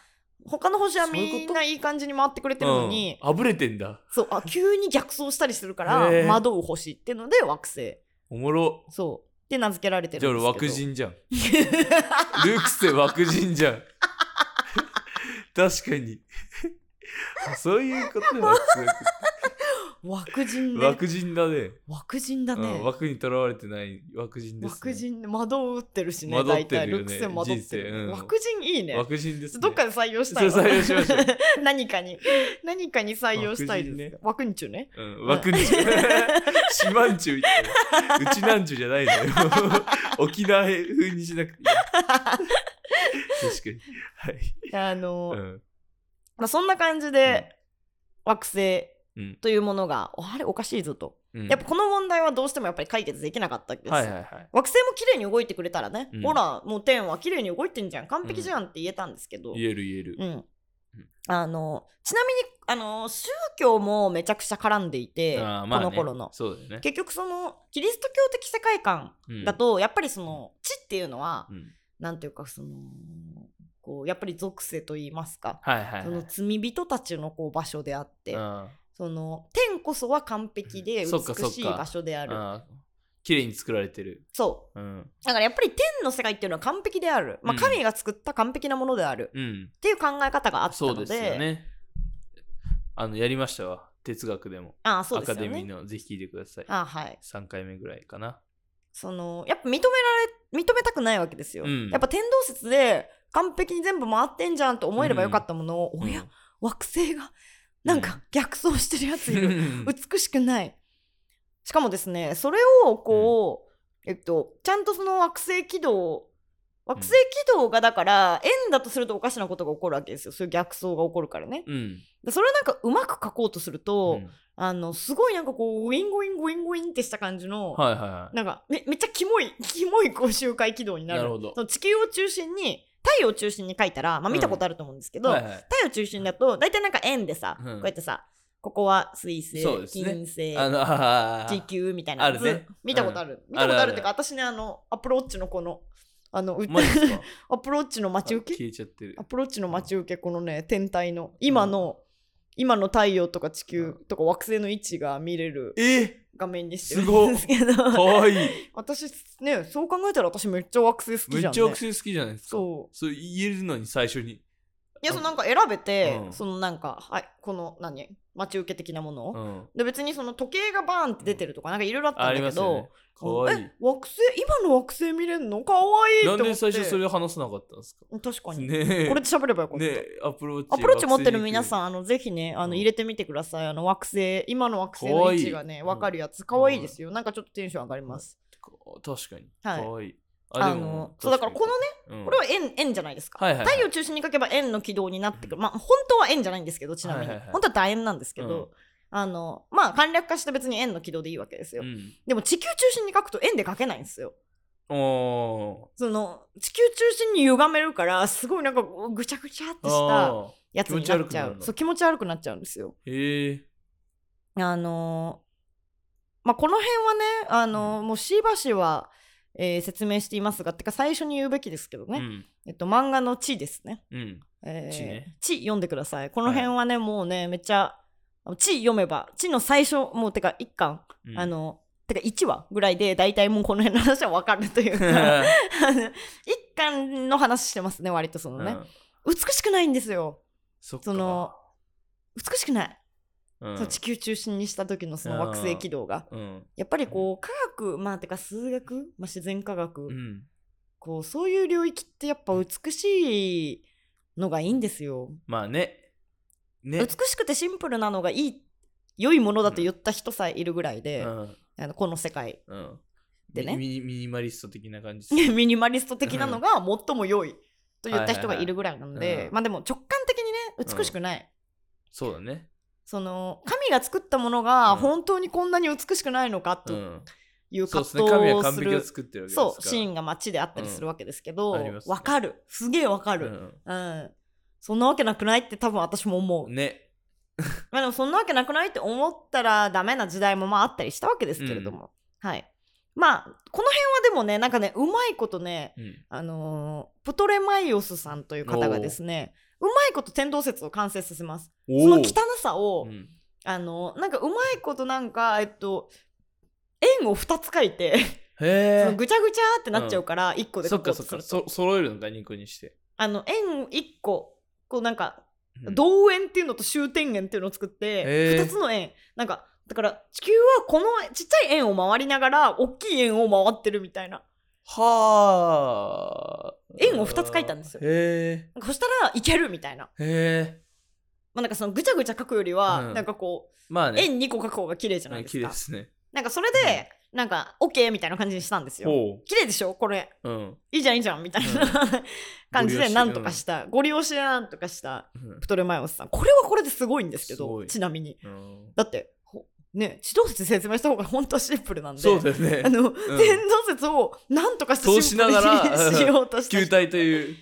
他の星はそういうことみんないい感じに回ってくれてるのにうん、あぶれてんだ。そうあ急に逆走したりするからへー惑う星っていうので惑星おもろ。そうって名付けられてじゃるあんで俺すけど枠人じゃん。ルークス枠人じゃ ん。確かに。あそういうことだ。 枠人ね枠人だね。枠人だうねん、枠にとらわれてない枠人です、ね。枠人惑うってるしね惑っ大て体るよねルクセン惑って人る、生うん枠人いいね枠人です、ね。どっかで採用したいわそれ採用しましょ 何かに何かに採用したいですね枠人中ねうん、枠 に。島んちゅう言ってる。うちなんちゅうじゃないのよ。 沖縄風にしなくていい。確かに。はい。あの、うん。まあ、そんな感じで、惑星うんというものが、あれおかしいぞと、うんやっぱこの問題はどうしてもやっぱり解決できなかったんです、はいはいはい。惑星も綺麗に動いてくれたらね、うんほらもう天は綺麗に動いてんじゃん完璧じゃんって言えたんですけど、言える言える。うんあのちなみにあの宗教もめちゃくちゃ絡んでいて、あーまあねこの頃のそうだよね。結局そのキリスト教的世界観だと、やっぱりその地っていうのは、うん、うんなんていうかそのこうやっぱり属性と言いますか、はいはいはい。その罪人たちのこう場所であって、あその天こそは完璧でそっか美しいそっか場所であーるあー綺麗に作られてる。そううん。だからやっぱり天の世界っていうのは完璧である、まあ、うん神が作った完璧なものであるうん。っていう考え方があったそのうでですよね。あの、やりましたわ。哲学でも。ああそうアですカよデミーねの、ぜひ聞いてください。ああはい3回目ぐらいかな。そのやっぱ認められ認めたくないわけですよ、うんやっぱ天動説で完璧に全部回ってんじゃんと思えればよかったものを、おうやん惑星がなんか逆走してるや ついる美しくないしかもですねそれをこう、えっとちゃんとその惑星軌道惑星軌道がだから円だとするとおかしなことが起こるわけですよそういう逆走が起こるからねうん。でそれをなんかうまく描こうとするうと、んあのすごいなんかこうウィンゴインゴインゴインってした感じの、はいはいはい。なんかめめっちゃキモいキモいこう周回軌道になるなるほどその地球を中心に太陽を中心に描いたら、まあ、見たことあると思うんですけど、はいはい太陽中心だと大体なんか円でさ、うんこうやってさここは水星、そうですね金星あの、あー地球みたいなやつあるね見たことある、うん見たことあるあるあるっていうか私ねあのアプローチのこのあのうマジですか アプローチの待ち受け消えちゃってるア。プローチの待ち受けこのね天体の今の、今の太陽とか地球とか惑星の位置が見れるえ画面にしてるすごっんですけどかわいい。私ねそう考えたら私めっちゃ惑星好きめじゃっん、ちね、ゃ惑星好きじゃないですか。う。そうそう言えるのに最初に。いやそのなんか選べて、うんそのなんかはいこの何待ち受け的なものを、うん。で別にその時計がバーンって出てるとかなんかいろいろあったあんりだまけすよねど、。かわいえい。惑星今の惑星見れんのかわいいってな思んってで最初それを話さなかったんですか確かに、ねえこれで喋ればよかった、ねえアプローチ。アプローチ持ってる皆さん。んあのぜひねあうのん入れてみてください、あの惑星今の惑星かのわ位いい置がね分かるやつんかわいいですよ、なんかちょっとテンション上がります、確かに。かはいわいい。あのそうだからこのねのねこれは円円じゃないですか、はいはいはい太陽中心に書けば円の軌道になってくる、まあ本当は円じゃないんですけどちなみに、はいはいはい本当は楕円なんですけど、うんあのまあ簡略化して別に円の軌道でいいわけですよ、うん。でも地球中心に書くと円で書けないんですよおその地球中心に歪めるからすごいなんかぐちゃぐちゃーってしたあー。やつになっちゃ気持ち悪くなうるのそう気持ち悪くなっちゃうんですよへえ。あのーまあこの辺はねあのーもうしばしは、えー説明していますがてか最初に言うべきですけどうね、ん。えっと漫画の「地」ですねうん。えー地ね地読んでくださいこの辺はね、もうねめっちゃ地読めば地の最初もうてか1巻、うん あ、のてか1話ぐらいで大体もうこの辺の話は分かるというかあの一巻の話してますね割とそのうね、ん美しくないんですよそっかその、美しくない、うんその地球中心にした時のその惑星軌道が、うん。やっぱりこう科学まあてか数学、まあ、自然科学、うん。こうそういう領域ってやっぱ美しいのがいいんですよ、まあね。ね。美しくてシンプルなのがいい良いものだと言った人さえいるぐらいで、うんあのこの世界 うん。でねミミニミニマリスト的な感じです。ミニマリスト的なのが最も良いと言った人がいるぐらいなのはいはいはいでうんまあでも直感的にね美しくない、そうだね。その神が作ったものがうん本当にこんなに美しくないのかうとん、いうそう葛です藤ね神はを完す璧るを作ってるわけですからそうシーンが街であったりするわけですけど、うんあわりますねかるすげえわかる、うんそんなわけなくないって多分私も思ううん、ねまあでもそんなわけなくないって思ったらダメな時代もまああったりしたわけですけれども、はいまあこの辺はでもねなんかねうまいことねうんあのープトレマイオスさんという方がですねうまいこと天動説を完成させますおその汚ーさを、うんあのーなんかうまいことなんかえっと円を2つ書いて、へそのえぐちゃぐちゃってなっちゃうから1個でそ書っこかうそとっするかとそ揃えるのか2個にして、あの円1個こうなんかうん同円っていうのと終点円っていうのを作って、へー2つの円なんかだから地球はこのちっちゃい円を回りながら大きい円を回ってるみたいなはあ円を二つ書いたんですよへなんかそしたらいけるみたいな,、えへえまあ、なんかそのぐちゃぐちゃ書くよりは、うんなんかこまあう、ね円2個書く方が綺麗じゃなうんいで綺す麗かですねなんかそれで、なんか OK みたいな感じにしたんですよほ綺麗でしょこれううんいいじゃんいいじゃんみたいな、う感じご利用でしなんとかしたご利用しでなんとかしたうんプトレマイオスさんこれはこれですごいんですけすごどいちなみにうんだってほね地動説説明した方が本当はシンプルなんでそうだよねあの、天動説をなんとかしてシンプルにそうしながら しようとして球 体という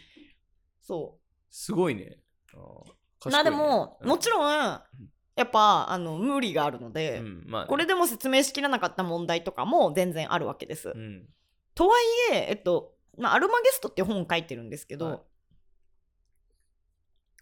そすごいねあーう賢いねなでも、うんもちろんやっぱあの無理があるので、うんまあねこれでも説明しきらなかった問題とかも全然あるわけです、うんとはいええっと、まあ、アルマゲストっていう本を書いてるんですけど、はい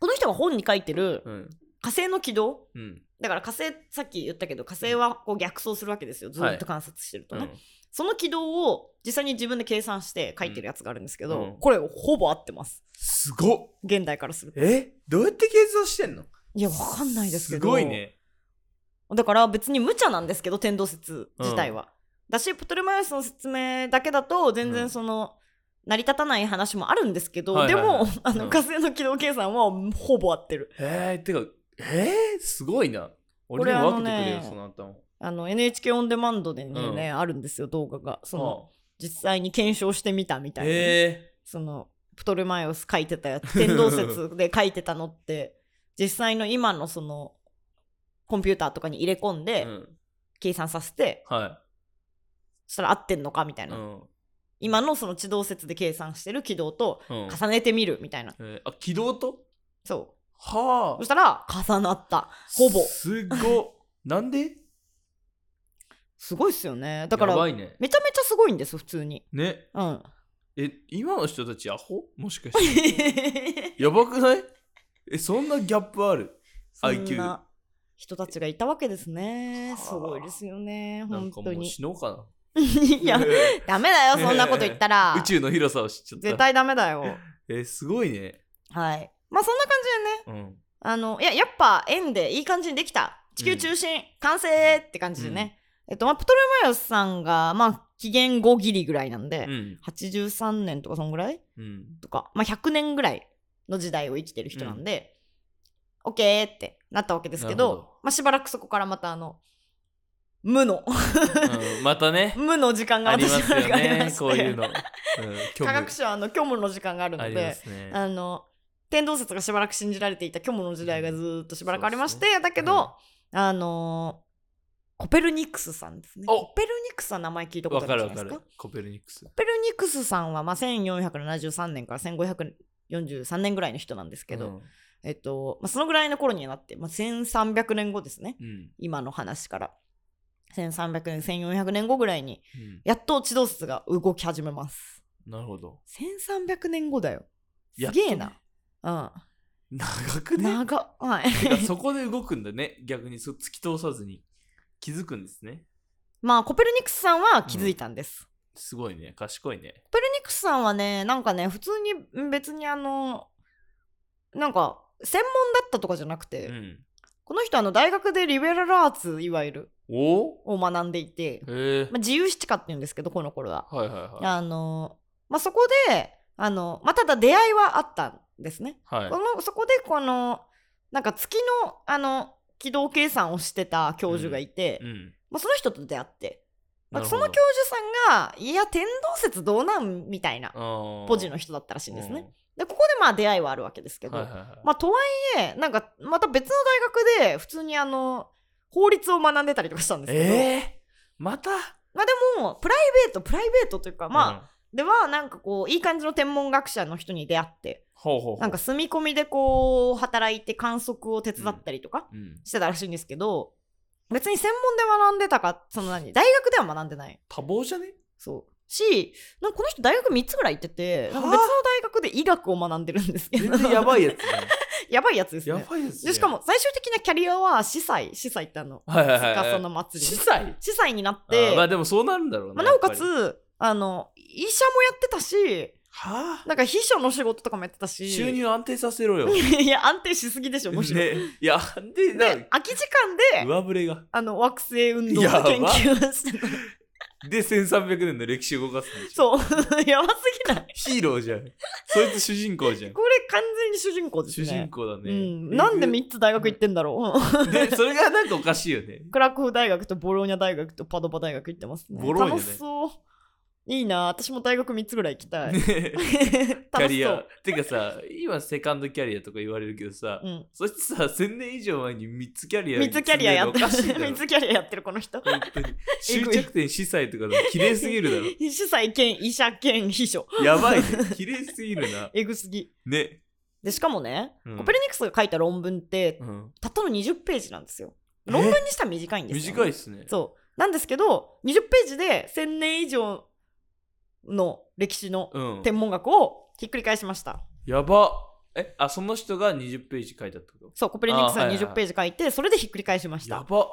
この人が本に書いてるうん火星の軌道うんだから火星さっき言ったけど火星はこう逆走するわけですよずーっと観察してるとね、その軌道を実際に自分で計算して書いてるやつがあるんですけど、うんこれほぼ合ってますすごっ現代からするとえどうやって計算してんのいいやわかんないですけどすごいねだから別に無茶なんですけど天動説自体は、だしプトレマイオスの説明だけだと全う然んその、成り立たない話もあるんですけど、はいはいはいでもあの、うん火星の軌道計算はほぼ合ってるえー、てかえー、すごいなこれ俺に分けてくれあのよねその頭あの NHK オンデマンドでね、うんあるんですよ動画がそのあ実際に検証してみたみたいなね、えそのプトレマイオス書いてたやつ天動説で書いてた のって実際の今のそのコンピューターとかに入れ込んえでうん、計算させて、はそしたら合ってんのかみたいい、な、うん今のその地動説で計算してる軌道とうん重ねてみるみたいな、えーあ軌道とそうはそあしたら重なったほぼす ごっなんですごいっすよねだかやらばいねめちゃめちゃすごいんですよ普通にねうん え今の人たちアホもしかしてやばくないえそんなギャップあるそ IQ んな人たちがいたわけですねはあすごいですよねな本んかも当うに死のうか い なやダメだよそんなこと言った ら宇宙の広さを知っちゃった絶対ダメだよえーすごいねはいまあそんな感じでうねんあのいややっぱ円でいい感じにできた地球中心、完成って感じでね、えっとまあプトレマイオスさんがまあ紀元後ギリぐらいなんで、うん83年とかそんぐらい うんとか、まあ、100年ぐらいの時代を生きてる人なんで、オッケーってなったわけですけどなるほどまあ、しばらくそこからまたあの無の うんまたね無の時間がありま私すのよ中であり まねしてこういうの、うん、虚無科学者はあの虚無の時間があるのありでますねあの天動説がしばらく信じられていた虚無の時代がずーっとしばらくありまして、そうだけど、あのーコペルニクスさんですね。おコペルニクスは名前聞いたこわとあかるんじるゃわないでかすかるコペルニクスコペルニクスさんは、まあ、1473年から1543年ぐらいの人なんですけど、えっとまあ、そのぐらいの頃にはなって、まあ、1300年後ですねうんうん今の話から1300年1400年後ぐらいにうんやっと地動説が動き始めますなるほど1300年後だよやすっとねげえな、長くうんね長っはい てかそこで動くんだね逆にそう突き通さずに気づくんですねまあコペルニクスさんは気づいたんです、すごいね賢いねコペルニクスさんはねなんかね普通にん別にあのなんか専門だったとかじゃなくて、うんこの人あの大学でリベラルアーツいわゆるおを学んでいて、へえまあ、自由七科っていうんですけどこの頃は、はいはいはいあのまあ、そこであの、まあ、ただ出会いはあったんですね、はいこのそこでこのなんか月のあの軌道計算をしてた教授がいて、うんまあ、その人と出会って、まあなるそほのど教授さんがいや天動説どうなんみたいなあーポジの人だったらしいんですね、でここでまあ出会いはあるわけですけど、はいはいはいまあとはいえなんかまた別の大学で普通にあの法律を学んでたりとかしたんですけど、ええまたまあでもプライベートプライベートというかまあ、ではなんかこういい感じの天文学者の人に出会ってあ、ほうほうほうなんか、住み込みでこう働いて観測を手伝ったりとかうん、してたらしいんですけど、別に専門で学んでたかその何大学では学んでない多忙じゃねそうしなんかこの人大学3つぐらい行っててなんか別の大学で医学を学んでるんですけ 全ど然やばいいやつじゃん やばいやつですやねばいやつじゃんでしかも最終的なキャリアは司祭司祭ってあのはいはいはい、司はいの祭り司祭司祭になっあてーまあでもそうなるんだろうね、まあなおかやっぱりつあの医者もやってたしはあなんか秘書の仕事とかもやってたし収入安定させろよ いや安定しすぎでしょむしろ、ねいや安定だで空き時間で上振れがあの惑星運動のやば研究をしてたで1300年の歴史を動かすんでしょそう やばすぎないヒーローじゃんそいつ主人公じゃんこれ完全に主人公です主ね人公だね、うん、なんで3つ大学行ってんだろうでそれがなんかおかしいよね クラクフ大学とボローニャ大学とパドバ大学行ってますねボローニャね楽しそういいな私も大学3つぐらい行きたい、ねキャ 楽しリそアう、てかさ今セカンドキャリアとか言われるけどさ、うん、そいつさ1000年以上前に3つキャリア3つキャリアやってるるおか しいだろ3つキャリアやってるこの人 本当に終着点司祭とかでも綺麗すぎるだ ろ主催兼医者兼秘書やばいね綺麗すぎるなえぐすぎね、でしかもね、うんコペルニクスが書いた論文ってうんたったの20ページなんですよ。え論文にしたら短いんですよ、短いっすねそう。なんですけど、20ページで1000年以上の歴史のうん天文学をひっくり返しました。やばえあその人が20ページ書いたってこそう、コペルニクスあがはいはい20ページ書いて、それでひっくり返しましとやた。ば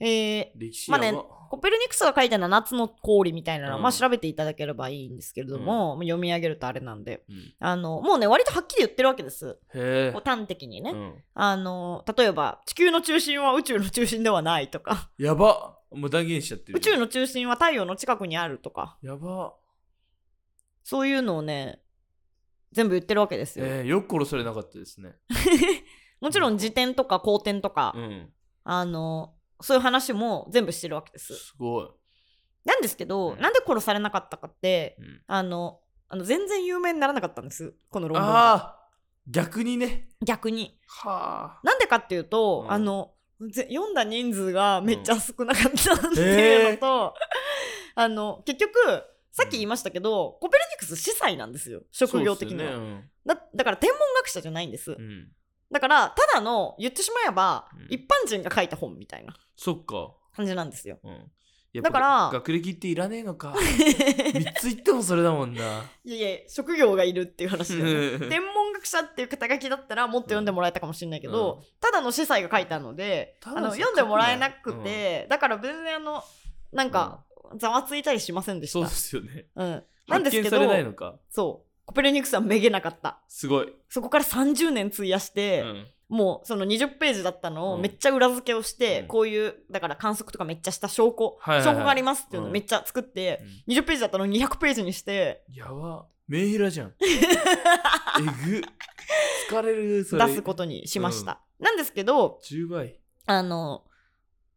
えー歴史まやあば、ねコペルニクスが書いた7つの氷みたいなのは、うんまあ調べていただければいいんですけれども、読み上げるとあれなんで。うん、へあの、もうね、割とはっきり言ってるわけです。えこう端的にね。うんあの、例えば、地球の中心は宇宙の中心ではないとか。やばもう断言しちゃってる宇宙の中心は太陽の近くにあるとかやばそういうのをね全部言ってるわけですよ、えー、よく殺されなかったですね もちろん自転とか公転とか、うんあのそういう話も全部してるわけですすごい、なんですけど、うんなんで殺されなかったかってうん、あのあの全然有名にならなかったんですこの論文がああ逆にね逆にはあなんでかっていうと、うんあのぜ読んだ人数がめっちゃ少なかったっていうのと、 あの結局さっき言いましたけど、コペルニクス司祭なんですよ職業的には、そうっすよねだだから天文学者じゃないんです、うんうんだからただの言ってしまえば、うん一般人が書いた本みたいなそっか感じなんで すようんやっぱだから学歴っていらねえのか い3つ言ってもそれだもんなやいや職業がいるってい う話だよねうん天文学者っていう肩書きだったらもっと読んでもらえたかもしれないけど、うただの司祭が書いたのでただあのの司祭読んでもらえなくて、だから全然あのなんかざわついたりしませんでしたそうですよねう、ん、な発んです見けさどれないのかそうコペルニクスはめげなかったすごい、そこから30年費やしうて、ん、もうその20ページだったのをうんめっちゃ裏付けをして、うんこういうだから観測とかめっちゃした証拠、はいはいはい証拠がありますっていうのをうんめっちゃ作って、20ページだったのを200ページにしてやばメンヘラじゃん えぐ疲れるそれ出すことにしました、なんですけど10倍あの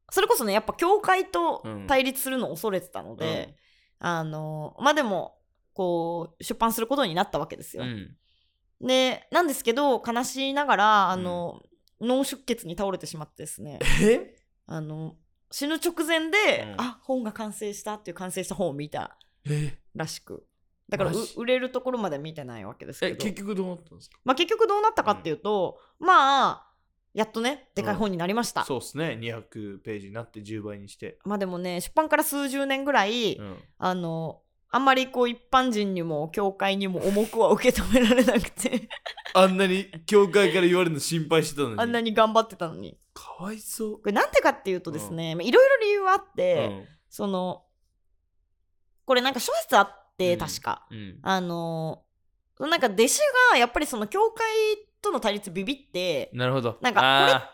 それこそねやっぱ教会とうん対立するのを恐れてたので、あのまあでもこう出版することになったわけですうよ、んでなんですけど悲しいながらあの、脳出血に倒れてしまってですねえあの死ぬ直前で、うんあ本が完成したっていう完成した本を見たえらしくだからうマジ売れるところまで見てないわけですけえど結局どうなったんですかまあ、結局どうなったかっていうと、まあやっとねでかい本になりました、そうっすね200ページになって10倍にして、まあでもね出版から数十年ぐらい、うん、あのあんまりこう一般人にも教会にも重くは受け止められなくてあんなに教会から言われるの心配してたのにあんなに頑張ってたのにかわいそうこ、れなんでかっていうとですねまあいろいろ理由はあって、そのこれなんか諸説あってうん確か、うんうんあのーなんか弟子がやっぱりその教会との対立ビビってなるほどなんかあこれーって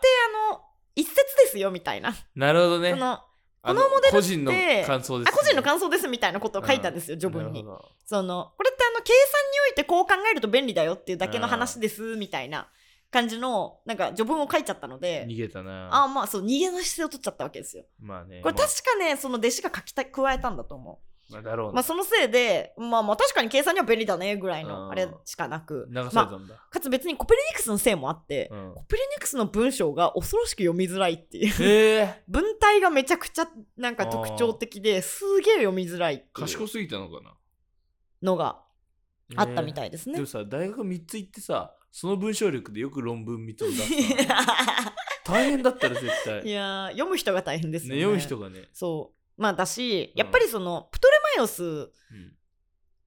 あの一説ですよみたいな、なるほどねそのああこのモデルって個人の感想ですね、個人の感想ですみたいなことを書いたんですよ序文なにるほどそのこれってあの計算においてこう考えると便利だよっていうだけの話ですみたいな感じのなんか序文を書いちゃったので逃げたなああまあそう逃げの姿勢を取っちゃったわけですよまあねこれ確かねその弟子が書きた加えたんだと思うまあ、だろうまあ、な。そのせいで、まあ、まあ確かに計算には便利だねぐらいうんのあれしかなく、流されまたんだ。あ、かつ別にコペルニクスのせいもあって、うんコペルニクスの文章が恐ろしく読みづらいっていう へえ文体がめちゃくちゃなんか特徴的ですげえ読みづらいってい賢うすぎたのかなのが あったみい、たいですでねも。さ、大学3つ行ってさ、その文章力でよく論文見つを 出すな大変だったら絶対。いね、やー読む人が大変ですよね。読む人がね。そうまあだしうんやっぱりその、プトレマイオスうん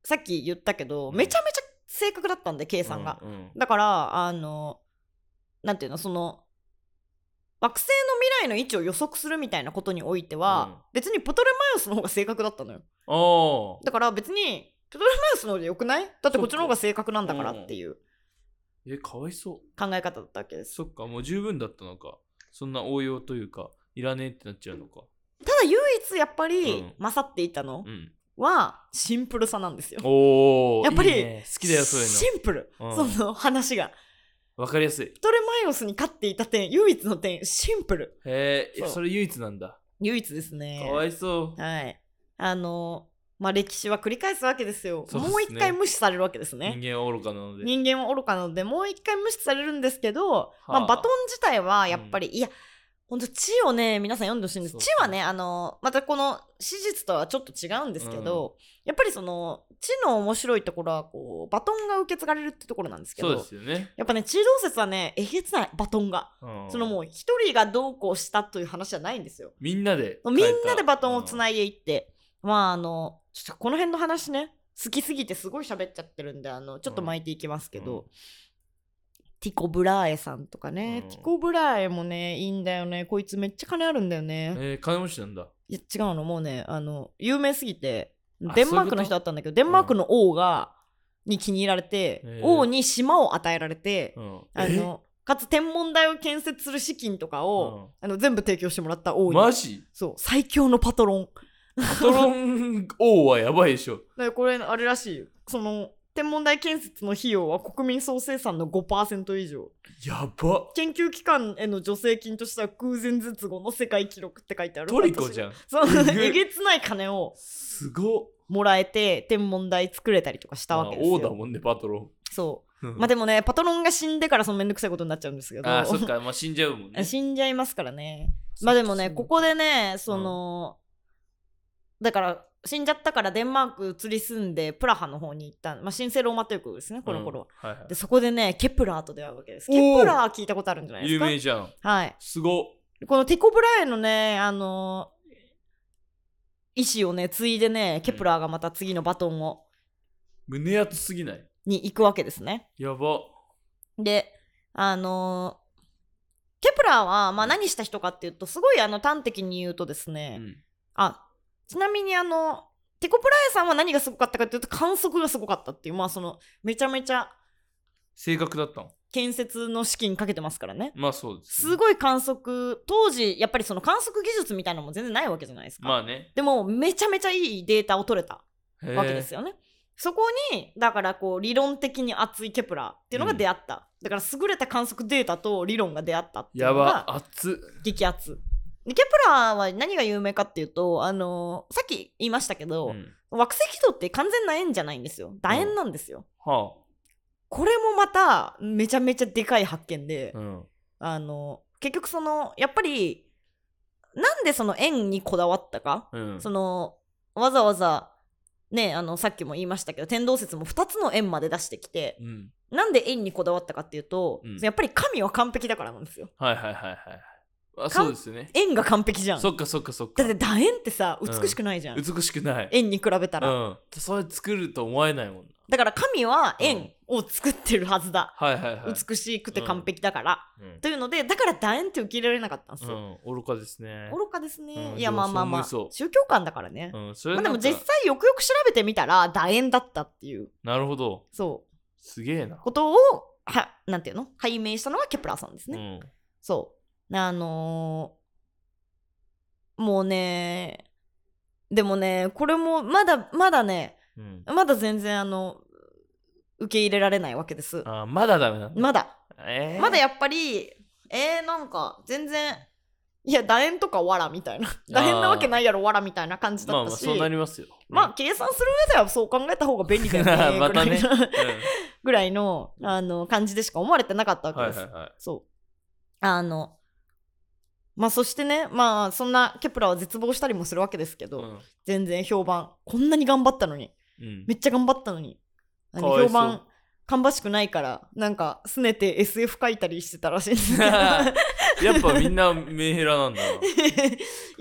さっき言ったけどうんめちゃめちゃ正確だったんで計算が。うんうんだからあのなんていうのその惑星の未来の位置を予測するみたいなことにおいては、別にプトレマイオスの方が正確だったのよああ。だから別にプトレマイオスの方でよくないだってこっちの方が正確なんだからっていうえ、かわいそう。考え方だったわけですそっか、もう十分だったのか。そんな応用というか、いらねえってなっちゃうのか。ただ唯一やっぱうりん勝っていたのうん。はシンプルさなんですよおお。やっぱりいいね好きだよ、そういうシンプル、うんその話がの。わかりやすい。プトレマイオスに勝っていた点唯一の点シンプルへえ、そうそれ唯一なんだ。唯一ですかねわいそう。はい。あの、まあ、歴史は繰り返すわけですよ。そうですねもう一回無視されるわけですね。人間は愚かなので。人間は愚かなので、もう一回無視されるんですけど、あまあ、バトン自体はやっぱり、いや、本当地をね、皆さん読んでほしいんです。そう地はね、あの、またこの史実とはちょっと違うんですけど、やっぱりその、地の面白いところは、こう、バトンが受け継がれるってところなんですけそうでど、すよね。やっぱね、地動説はね、えげつない、バトンが。そのもうう一人がどうこうしたという話じゃないんですよ。みんなでみんなでバトンをついないでいって、まああのちょっとこの辺の話ね好きすぎてすごい喋っちゃってるんであのちょっと巻いていきますけど、うんティコ・ブラーエさんとかね、うんティコ・ブラーエもねいいんだよねこいつめっちゃ金あるんだよね、えー、金持ちなんだ。いや違うのもうねあの有名すぎてあデンマそーういうこクとの人だったんだけどデンマークの王が、に気に入られて、へえ王に島を与えられて、うん、あのかつ天文台を建設する資金とかえを、あの全部提供してもらったう王んにマジそう最強のパトロンパトロン王はやばいでしょ。だからこれあれらしいよその天文台建設の費用は国民総生産の5%以上やば研究機関への助成金としては空前絶後の世界記録って書いてあるトリコじゃんゃん。 そうえぐえげつない金をすごっ。もらえて天文台作れたりとかしたわけですまよあ王だもんね、パトロそうン。まあでもねパトロンが死んでからそのめんどくさいことになっちゃうんですけどあー、そっか、まあ死んじゃうもんね。 死んじゃいますからねまあでもねここでねその、だから死んじゃったからデンマーク移り住んでプラハの方に行った、まあ、神聖ローマ帝国ですねこの頃は、うんはいはいでそこでねケプラーと出会うわけですおケープラー聞いたことあるんじゃないです有か名じゃん。はいすごっ。このテコブラエのねあの意思をね継いでねケプラーがまた次のバトンを胸熱すぎない。に行くわけですねやば。であのケプラーは、まあ、何した人かっていうとすごいあの端的に言うとですうね、んあちなみにあのテコプラエさんは何がすごかったかっていうと観測がすごかったっていうまあそのめちゃめちゃ正確だったの。建設の資金かけてますからねまあそうですよね、すごい観測当時やっぱりその観測技術みたいなのも全然ないわけじゃないですか、まあね。でもめちゃめちゃいいデータを取れたわわけですよね、そこにだからこう理論的に熱いケプラーっていうのが出会った、だから優れた観測データと理論が出会ったっていうやのがば。熱っ。激アツでケプラーは何が有名かっていうとあのさっき言いましたけど、うん惑星軌道って完全な円じゃないんですよ楕円なんですよ、はこれもまためちゃめちゃでかい発見で、あ。うん。あの結局そのやっぱりなんでその円にこだわったか、うん。そのわざわざねあのさっきも言いましたけど天動説も2つの円まで出してきてうん。なんで円にこだわったかっていうと、うんやっぱり神は完璧だからなんですよはいはいはいはい。あ、そうですよね。円が完璧じゃんそっかそっかそっだかって。楕円ってさん美しくないじゃん、美しくない。円に比べたうら、ん。それ作ると思えないもんな。だから神はう円んを作ってるはずだ、はいはいはい。美しくて完璧だから、うんというのでだから楕円って受け入れられなかったんですよ、うん。愚かですね。愚かですね、うんいでやもまあまあまあそう思いそう宗教観だからね、うん。それまあなんでかも実際よくよく調べてみたら楕円だったっていうなるほど。そうすげえな。ことをはなんていうの解明したのがケプラーさんですね、うん。そうあのーもうねでもねこれもまだまだねうん。まだ全然あの受け入れられないわけですあー、まだダメなの。まだえーまだやっぱりえー、なんか全然いや楕円とかわらみたいな楕円なわけないやろわらみたいな感じだまあっまあたし、そうまなありますよ。計算する上ではそう考えた方が便利だよ ねまたねぐらいのぐらいのあの感じでしか思われてなかったう わんけはいはです、いはそうあのまあそしてねまあそんなケプラは絶望したりもするわけですけい。うど、ん全然評判こんなに頑張ったのにうんめっちゃ頑張ったのにあかのわいそう評判芳しくないからなんかすねて SF 書いたりしてたらしいんですけ どやっぱみんなメンヘラなんだい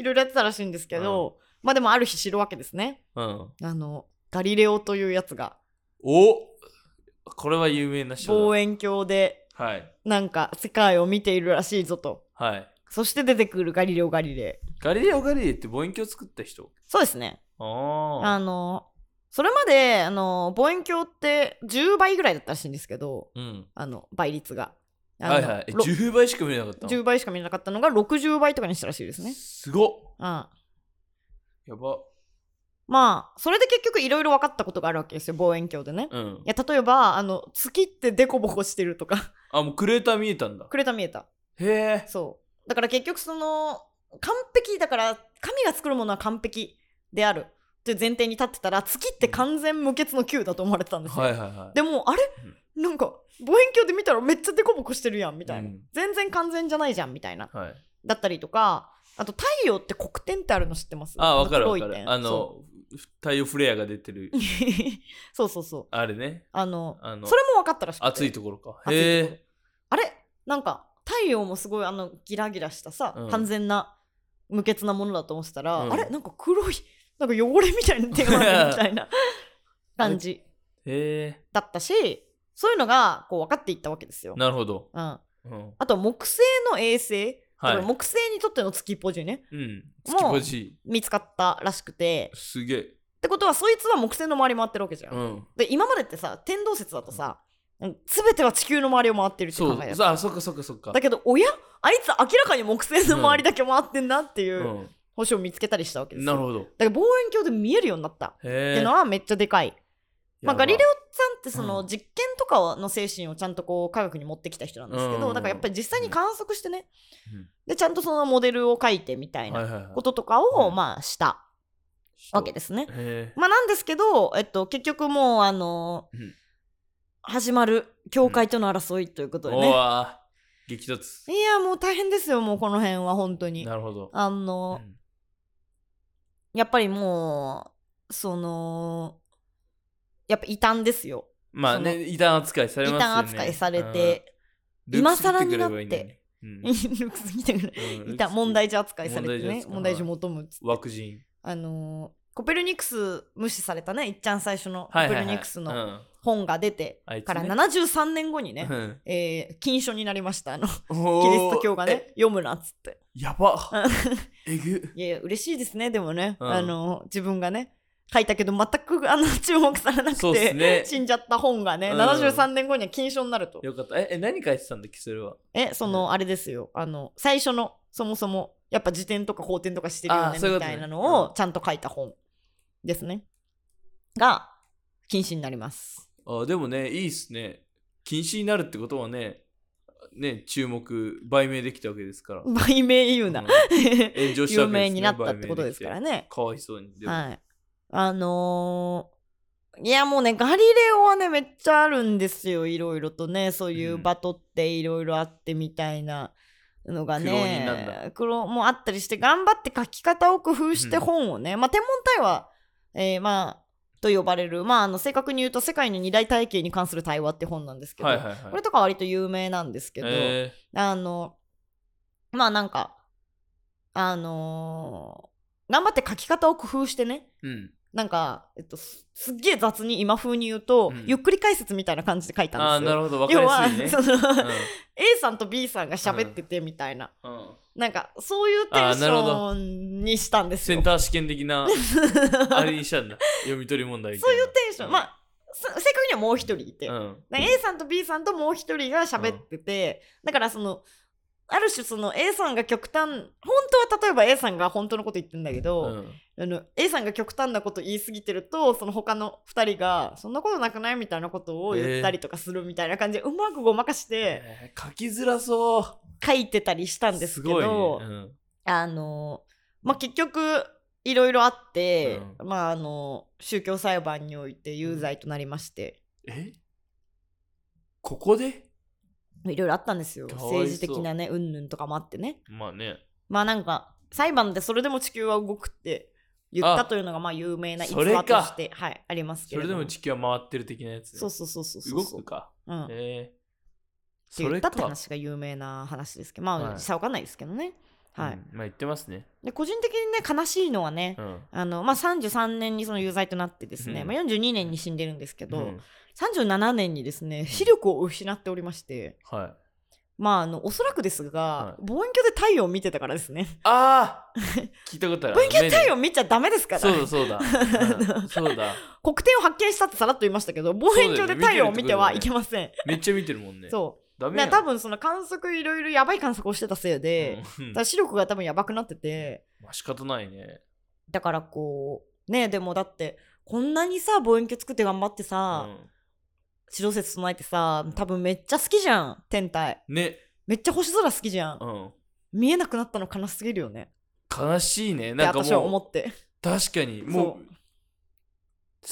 ろいろやってたらしいんですけど、まあでもある日知るわけですねな。うん、あのガリレオというやつがおこれは有名な人だ。望遠鏡ではい。なんか世界を見ているらしいぞとはい。そして出てくるガリレオ・ガリレイガリレオ・ガリレイって望遠鏡作った人そうですねあああ。のそれまであの望遠鏡って10倍ぐらいだったらしいんですけどうん。あの倍率があのはいはい。えろ10倍しか見れなかったの10倍しか見れなかったのが60倍とかにしたらしいですね。すごっうん、やば。まあそれで結局いろいろ分かったことがあるわけですよ望遠鏡でね。うんい。や例えばあの月ってデコボコしてるとか あ、もうクレーター見えたんだ。クレーター見えたへえ。そうだから結局その完璧だから神が作るものは完璧であるという前提に立ってたら月って完全無欠の球だと思われてたんですよ。はいはいはい。でもあれなんか望遠鏡で見たらめっちゃデコボコしてるやんみたいな、うん全然完全じゃないじゃんみたいなはい、だったりとかあと太陽って黒点ってあるの知ってますあ、わかるわか黒い点る。あその、太陽フレアが出てるう、 そうそうそうあれね。あのあのそれも分かったらしくて暑いところか。暑いへとこえ。あれなんか太陽もすごいあのギラギラしたさ、うん完全な無欠なものだと思ってたら、うんあれなんか黒いなんか汚れみたいな手があるみ たいな感じへえ。だったしそういうのがこう分かっていったわけですよ。なるほど。うん、うん。あと木星の衛星、はいだから木星にとっての月っぽじねうん。もう月ポジ。見つかったらしくてすげえ。ってことはそいつは木星の周り回ってるわけじゃん。うん。で今までってさ天動説だとさ、うん、全ては地球の周りを回ってるってそ考うえだ。ったあ、そっかそっかそっか。。だけどおやあいつ明らかに木星の周りだけ回ってんなっていううん星を見つけたりしたわけですよなるほど。だから望遠鏡で見えるようになったっへてえ。いうのはめっちゃでかい、やまあ、ばガリレオさんってそうのん実験とかの精神をちゃんとこう科学に持ってきた人なんですけど、うんだからやっぱり実際に観測してね、うんでちゃんとそのモデルを書いてみたいはいなはいはいこととかをうんまあしたわけですね、す。へえ。まあなんですけど、えっと、結局もうあのーうん始まる教会との争いということでおね、わ激突。いやもう大変ですよもうこの辺は本当になるほど。あうのー、んやっぱりもうそのやっぱ異端ですよまあそね、異端扱いさ異れますよね。端扱いされうんて、今更になって。ル ルークスックス見てくれ来ればいいのにうんうん異端問題児扱いされて問題児ね扱い問題児求むっつって枠人。あのーコペルニクス無視されたねいっちゃん最初のコはいペはルいはいニクスうのん本が出てあいつからね73年後にね、うんえー禁書になりましたあのキおーリスト教がねえ読むなっつってやばうんえぐいやいや嬉しいですねでもね、うんあの自分がね書いたけど全くあの注目されなく、そうってすね死んじゃった本がね、うん73年後には禁書になるとよかったええ何書いてたんだっけそれはえその、あれですよあの最初のそもそもやっぱ辞典とか法典とかしてるよあーねそういうみことねたいなのうをちゃんと書いた本ですねが禁止になりますあでもねいいっすね禁止になるってことはねね注目売名できたわけですから売名言うな、うん炎上した わけですね有名になったってことですからねかわいそうにでもはいあのーいやもうねガリレオはねめっちゃあるんですよいろいろとねそういううんバトっていろいろあってみたいなのが苦労人なんね苦労もあったりして頑張って書き方を工夫してうん本をね、まあ天文対話、えーまあと呼ばれるまああの正確に言うと「世界の二大体系に関する対話」って本なんですけど、はいはいはいこれとか割と有名なんですけど、えあの、まあなんか、あのー頑張って書き方を工夫してね、ーうんなんか、えっと、すすっげえ雑に今風に言うと、うんゆっくり解説みたいな感じで書いあたあーんですなよ。るほどわ要かは、りやすいそねの、 うん A さんと B さんが喋っててみたいな、うんなんかそういうテンシあーなるほョンにしたんですセよン。ター試験的なあ れにしたんだ読み取り問題みたそういいなうテンション、まあ、そ正確にはもう一人いて、うんで A さんと B さんともう一人が喋ってて、だからそのある種その A さんが極端本当は例えば A さんが本当のこと言ってんだけうど、んあの A さんが極端なこと言い過ぎてるとその他の2人がそんなことなくないみたいなことを言ったりとかするみたいな感じで、うまくごまかしてえー書きづらそう書いてたりしたんですけごいねど、うんあのまあ結局いろいろあって、まああの宗教裁判において有罪となりましてえここでいろいろあったんですよかわいそう政治的なねうんぬんとかもあってねまあねまあなんか裁判でそれでも地球は動くって言ったというのがまあ有名な逸それか話としてはいありますけそれれどでも地球は回ってる的なやつねそうそうそうそうそ動うくかうん、ってえー、そ言っれたかって話が有名な話ですけどまあ、はい実際わかんないですけどねはい、うんまあ言ってますねで個人的にね悲しいのはね、うんあのまあ、33年にその有罪となってですね、うんまあ、42年に死んでるんですけど、うん37年にですね視力を失っておりまして、はいまあ、あのおそらくですが、はい望遠鏡で太陽を見てたからですねああ 聞いたことある望遠鏡で太目陽見ちゃダメですからそうだそうだ、う んそうだ黒点を発見したってさらっと言いましたけど望遠鏡で太陽を見てはいけませんめっちゃ見てるもんねそうダう,、メやん多分その観測いろいろやばい観測をしてたせいで、うんだから視力が多分やばくなっててまあ仕方ないねだからこうねでもだってこんなにさ望遠鏡作って頑張ってさ、地動説唱えてさ多分めっちゃ好きじゃん天体うん、ねめっちゃ星空好きじゃん、うん見えなくなったの悲しすぎるよね悲しいねってなんか私は思もうって確かにそもう好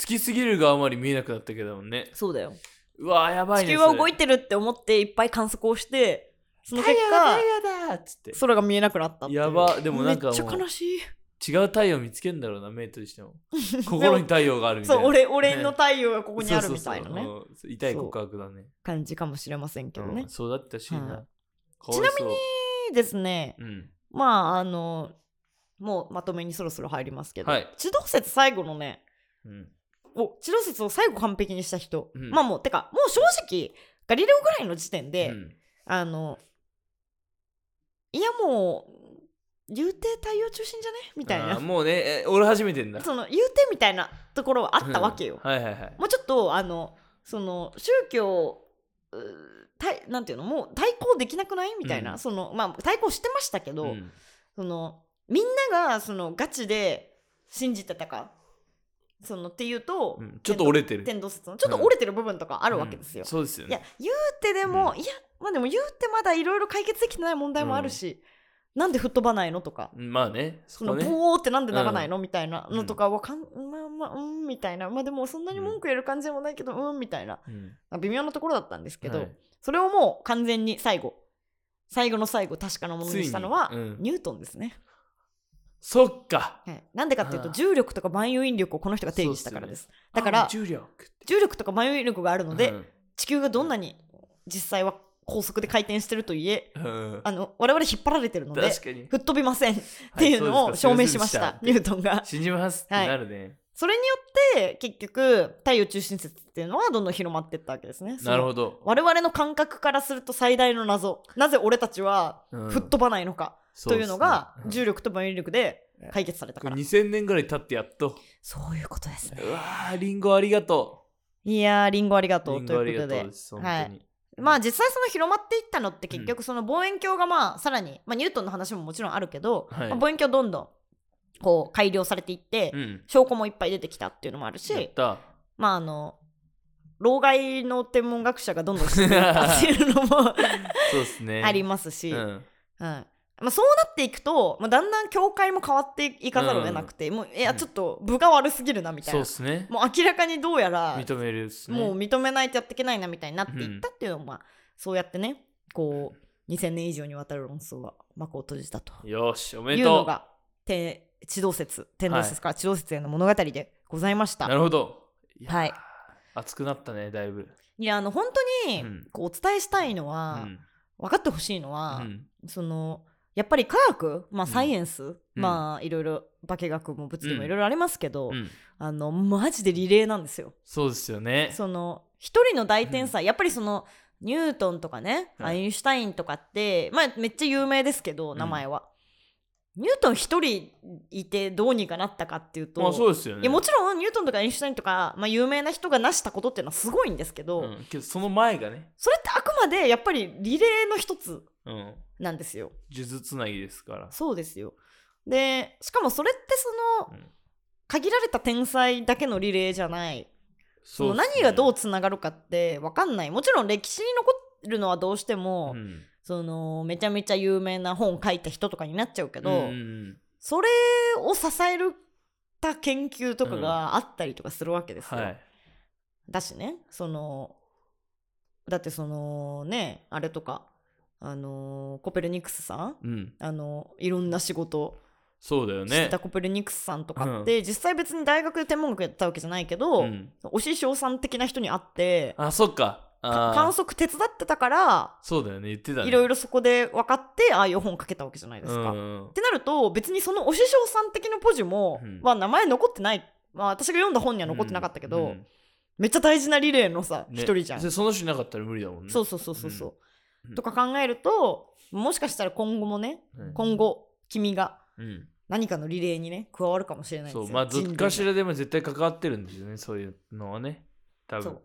きすぎるがあまり見えなくなったけどもねそうだようわーやばい地ね球は動いててるって思っていっぱい観測をしてその太結陽だ果太陽だっつって空が見えなくなったっていうやばでもなんかもめっうちゃ悲しい違う太陽見つけんだろうな目と しても心に太陽があるみたいそなう俺俺の太陽がここにあるみたいなそうそうねそううん痛い告白だね感じかもしれませんけどうねん、そうだったしな、はかわいそういいですねうんまああのもうまとめにそろそろ入りますけど、はい地動説最後のねうんを地動説を最後完璧にした人、うんまあもうてかもう正直ガリレオぐらいの時点で、うんあのいやもう言うて太陽中心じゃねみたいあーなもうねえ俺始めてんだその言うてみたいなところはあったわけよ、うんはいはいはいもうちょっとあのその宗教うー対なんていうのもう対抗できなくないみたいな、うんそのまあ対抗してましたけど、んそのみんながそのガチで信じてたかそのっていうと、うんちょっと折れてる天動説のちょっと折れてる部分とかあるわけですよ。うんそうですよいやね言うてでも、ういやまあでも言うてまだいろいろ解決できてない問題もあるし、なんで吹っ飛ばないのとか、うんまあねそそのこねボーってなんでならないの、みたいなのとかわかん、まあまあうんみたいなまあでもそんなに文句言える感じでもないけどうん、みたいなうん微妙なところだったんですけど、はいそれをもう完全に最後最後の最後確かなものにしたのは、ついにうんニュートンですね、そっかはい、なんでかっていうとあー重力とか万有引力をこの人が定義したからですそうっすよねだからあ重力って重力とか万有引力があるので、うん地球がどんなに実際は高速で回転してるといえうんあの我々引っ張られてるので確かに吹っ飛びませんっていうのを証明しました、ニュートン が。信じますってなるねそれによって結局太陽中心説っていうのはどんどん広まっていったわけですね。なるどほど我々の感覚からすると最大の謎なぜ俺たちはうん吹っ飛ばないのかというのがそうっすね重力と万有引力で解決されたこかれら2000年ぐらい経ってやっとそういうことですねうわーリンゴありがといやーリンゴありがうとリうンとゴあいりうこがととうでです本当にまあ実際その広まっていったのって結局その望遠鏡がまあさらに、まあ、ニュートンの話ももちろんあるけど、はいまあ望遠鏡どんどんこう改良されていって、うん証拠もいっぱい出てきたっていうのもあるやっしたまああの老害の天文学者がどんどん進んでいったっていうのもそうですね あります し、ううんんまあ、そうなっていくと、まあ、だんだん教会も変わっていかざるを得なくて、もういやうんちょっと部が悪すぎるなみたいそうな、ですねもう明らかにどうやら認めるっすねもう認めないとやっていけないなみたいになっていったっていうのは、まあそうやってねこう2000年以上にわたる論争が幕を閉じたとよしおめいでうのとがて地動説天動説から地動説への物語でございましうた。なるほどやーはい熱くなったねだいぶいやあの本当うにんこうお伝えしたいのうは、ん分かってほしいのは、うんそのやっぱり科学、まあ、うんサイエンス、まあいろいろ化学も物理もうんいろいろありますけど、うんあのマジでリレーなんですよ。そうですよねその一人の大天才、やっぱりそのニュートンとかね、はいアインシュタインとかって、まあ、めっちゃ有名ですけどうん名前は。ニュートン一人いてどうにかなったかっていうと、まあそうですよねいやもちろんニュートンとかアインシュタインとか、まあ、有名な人が成したことっていうのはすごいんですけど、うんけどその前がねそれってあくまでやっぱりリレーの一つうんなんですよ。数珠つなぎですからそうですよ。でしかもそれってその、うん限られた天才だけのリレーじゃないそそのうっすね何がどうつながるかって分かんないもちろん歴史に残るのはどうしても、うんそのめちゃめちゃ有名な本書いた人とかになっちゃうけど、うんうんそれを支えるた研究とかがあったりとかするわけですよ。はいだしねそのだってそのねあれとかあのコペルニクスさんうんあのいろんな仕事そうだよしてねたコペルニクスさんとかって、実際別に大学で天文学やったわけじゃないけど、うんお師匠さん的な人に会ってあそっかあー観測手伝ってたからそうだよね言ってたねいろいろろそこで分かってああいう本書けたわけじゃないですか。うっんうんてなると別にそのお師匠さん的なポジも、うんは名前残ってない、まあ、私が読んだ本には残ってなかったけど、めっちゃ大事なリレーのさ一、ね人じゃんそ。れその人いなかったら無理だもんねそうそうそうそうそう、うんとか考えるともしかしたら今後もね、うん今後君がうん何かのリレーにね加わるかもしれないですそようまあず人類っのかしらでも絶対関わってるんですよねそういうのはね多そ分うだか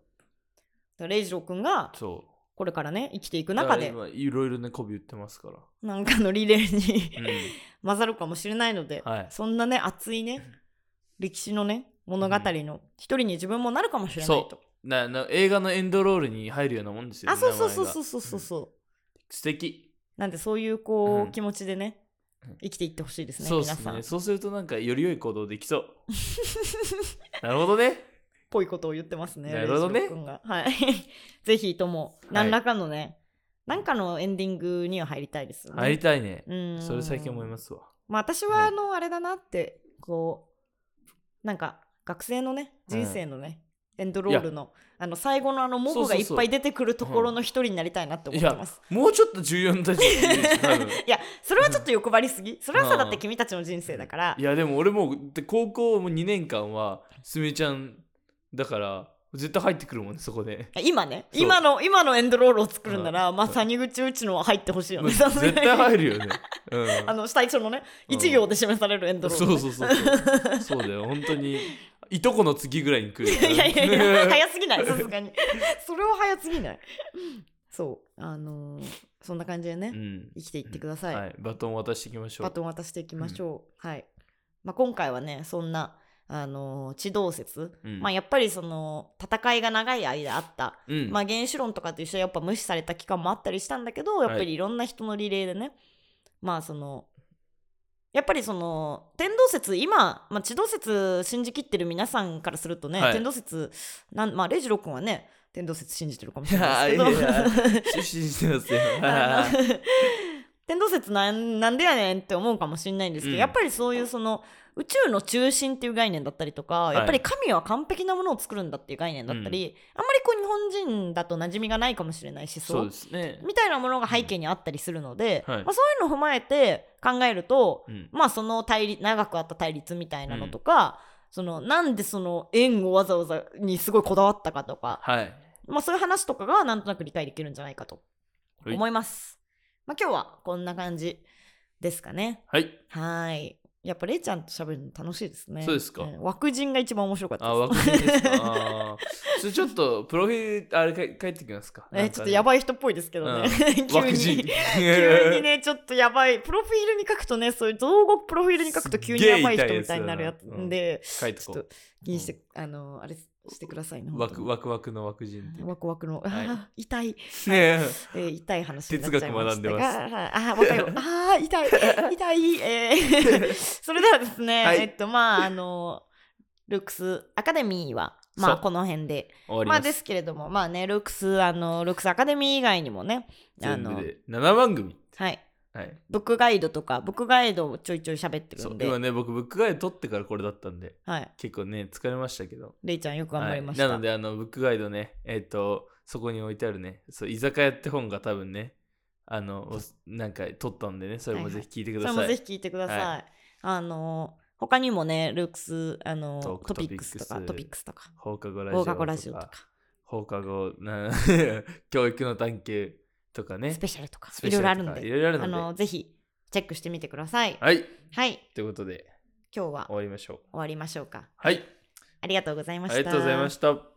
らレイジロー君がそこれからね生きていくう中でだから今いろいろね媚び売ってますから なんかのリレーに、うん 混ざるかもしれないので、はいそんなね熱いね歴史のね物語の一人に自分もなるかもしれないそと、うなな映画のエンドロールに入るようなもんですよあそうそうそ名前うがそうそうそうそう素敵なんでそういうこうう、ん気持ちでねうん生きていってほしいですねそうで皆すさんねそうするとなんかより良い行動できそうなる ほどねぽいことを言ってますね。なるほどねレイジロー君がはい。 ぜひとも、何らかのね、なんかのエンディングには入りたいですよね。入りたいねうん。それ最近思いますわまあ私はは、いあの、あれだなって、こう、なんか、学生のね、人生のね、エンドロールの、あの、最後のあの、モコがいっぱい出てくるところの一人になりたいなって思ってます。もうちょっと重要な立場にいるでしょ多分 いや、それはちょっと欲張りすぎ。それはうさ、んだって君たちの人生だからい、やでも俺もうで高校も2年間はすみれちゃんだから絶対入ってくるもんねそこで今ね、そう今の、今のエンドロールを作るなら、うんまあ、谷口うちのは入ってほしいよもうね。さすがに絶対入るよね、うん、あの最初のね、うん一行で示されるエンドロールね、そうそうそうそうそうだよ本当にいとこの次ぐらいに来る いやいやいや、 早すぎない、さすがに。それは早すぎない。そう、あのーそんな感じでね、うん生きていってください。はい、バトン渡していきましょうバトン渡していきましょう。はい。まあ、今回はね、そんな、あのー地動説。うんまあ、やっぱりその、戦いが長い間あった。うん まあ、原子論とかと一緒でやっぱ無視された期間もあったりしたんだけどやっぱはりいろんな人のリレーでね、まあそのやっぱりその天動説今、まあ、地動説信じきってる皆さんからするとね、はい天動説なんまあレイジロー君はね天動説信じてるかもしれないいやいですけど信じてますよあ の天動説なんなんでやねんって思うかもしれないんですけど、うんやっぱりそういうその宇宙の中心っていう概念だったりとか、いやっぱり神は完璧なものを作るんだっていう概念だったり、あんまりこう日本人だと馴染みがないかもしれない思そう想ですねみたいなものが背景にあったりするので、うんはいまあ、そういうのを踏まえて考えると、うんまあその対立長くあった対立みたいなのとか、そのなんでその縁をわざわざにすごいこだわったかとか、はいまあ、そういう話とかがなんとなく理解できるんじゃないかとはい思います。まあ、今日はこんな感じですかね。はいはーい。やっぱれいちゃんと喋るの楽しいですね。そうですかん枠人が一番面白かったあで 枠人ですかあーそれちょっとプロフィールあれか帰ってきますかす。えちょっとやいばい人っぽいですけどね。 急枠に人急にね、ちょっとやばい。プロフィールに書くとね、そういう造語プロフィールに書くと急にやばい人みたいになるやつすっげえ痛いやつだなうん で、書いてちこょっうと気にして、あの、あれしてくださいね。枠ワ枠枠の枠人ク。ワクワクの、あはいー 痛い、えー痛い話になっちゃいま哲学学したんでが、ますあーわか るよあー痛い、痛い、えー それではですね、はいえっと、まあ、あの、ルックスアカデミーは、まあ、そうこの辺で、終わりまあ、ます。ですけれども、まあね、ルックス、あの、ルックスアカデミー以外にもね、あ全部の、で7番組。はい、はい。ブックガイドとか、ブックガイドをちょいちょい喋ってるそうんで、今ね、僕、ブックガイド取ってからこれだったんで、はい、結構ね、疲れましたけど。レイちゃんよく頑張りました。はいなので、あの、ブックガイドね、えっ、と、そこに置いてあるね、そう居酒屋って本が多分ね、あの、おなんか取ったんでね、それもぜひ聞いてくそだれさもい。ぜひ聞いてください。はあの他にもね、ルークス、あのトークトピックスとか、トトピピッックスとか、放課後ラジオと放か。課後ラジオとか、放課後な 教育の探求とかねス。ペシャルとか、スいペシろいろあャるルとんかで、いろいろあるあのので。ぜひチェックしてみてください。はい。はい、ということで、今日は終終わりましょう。わりましょうか。はい。ありがとうございまあした。りがとうございました。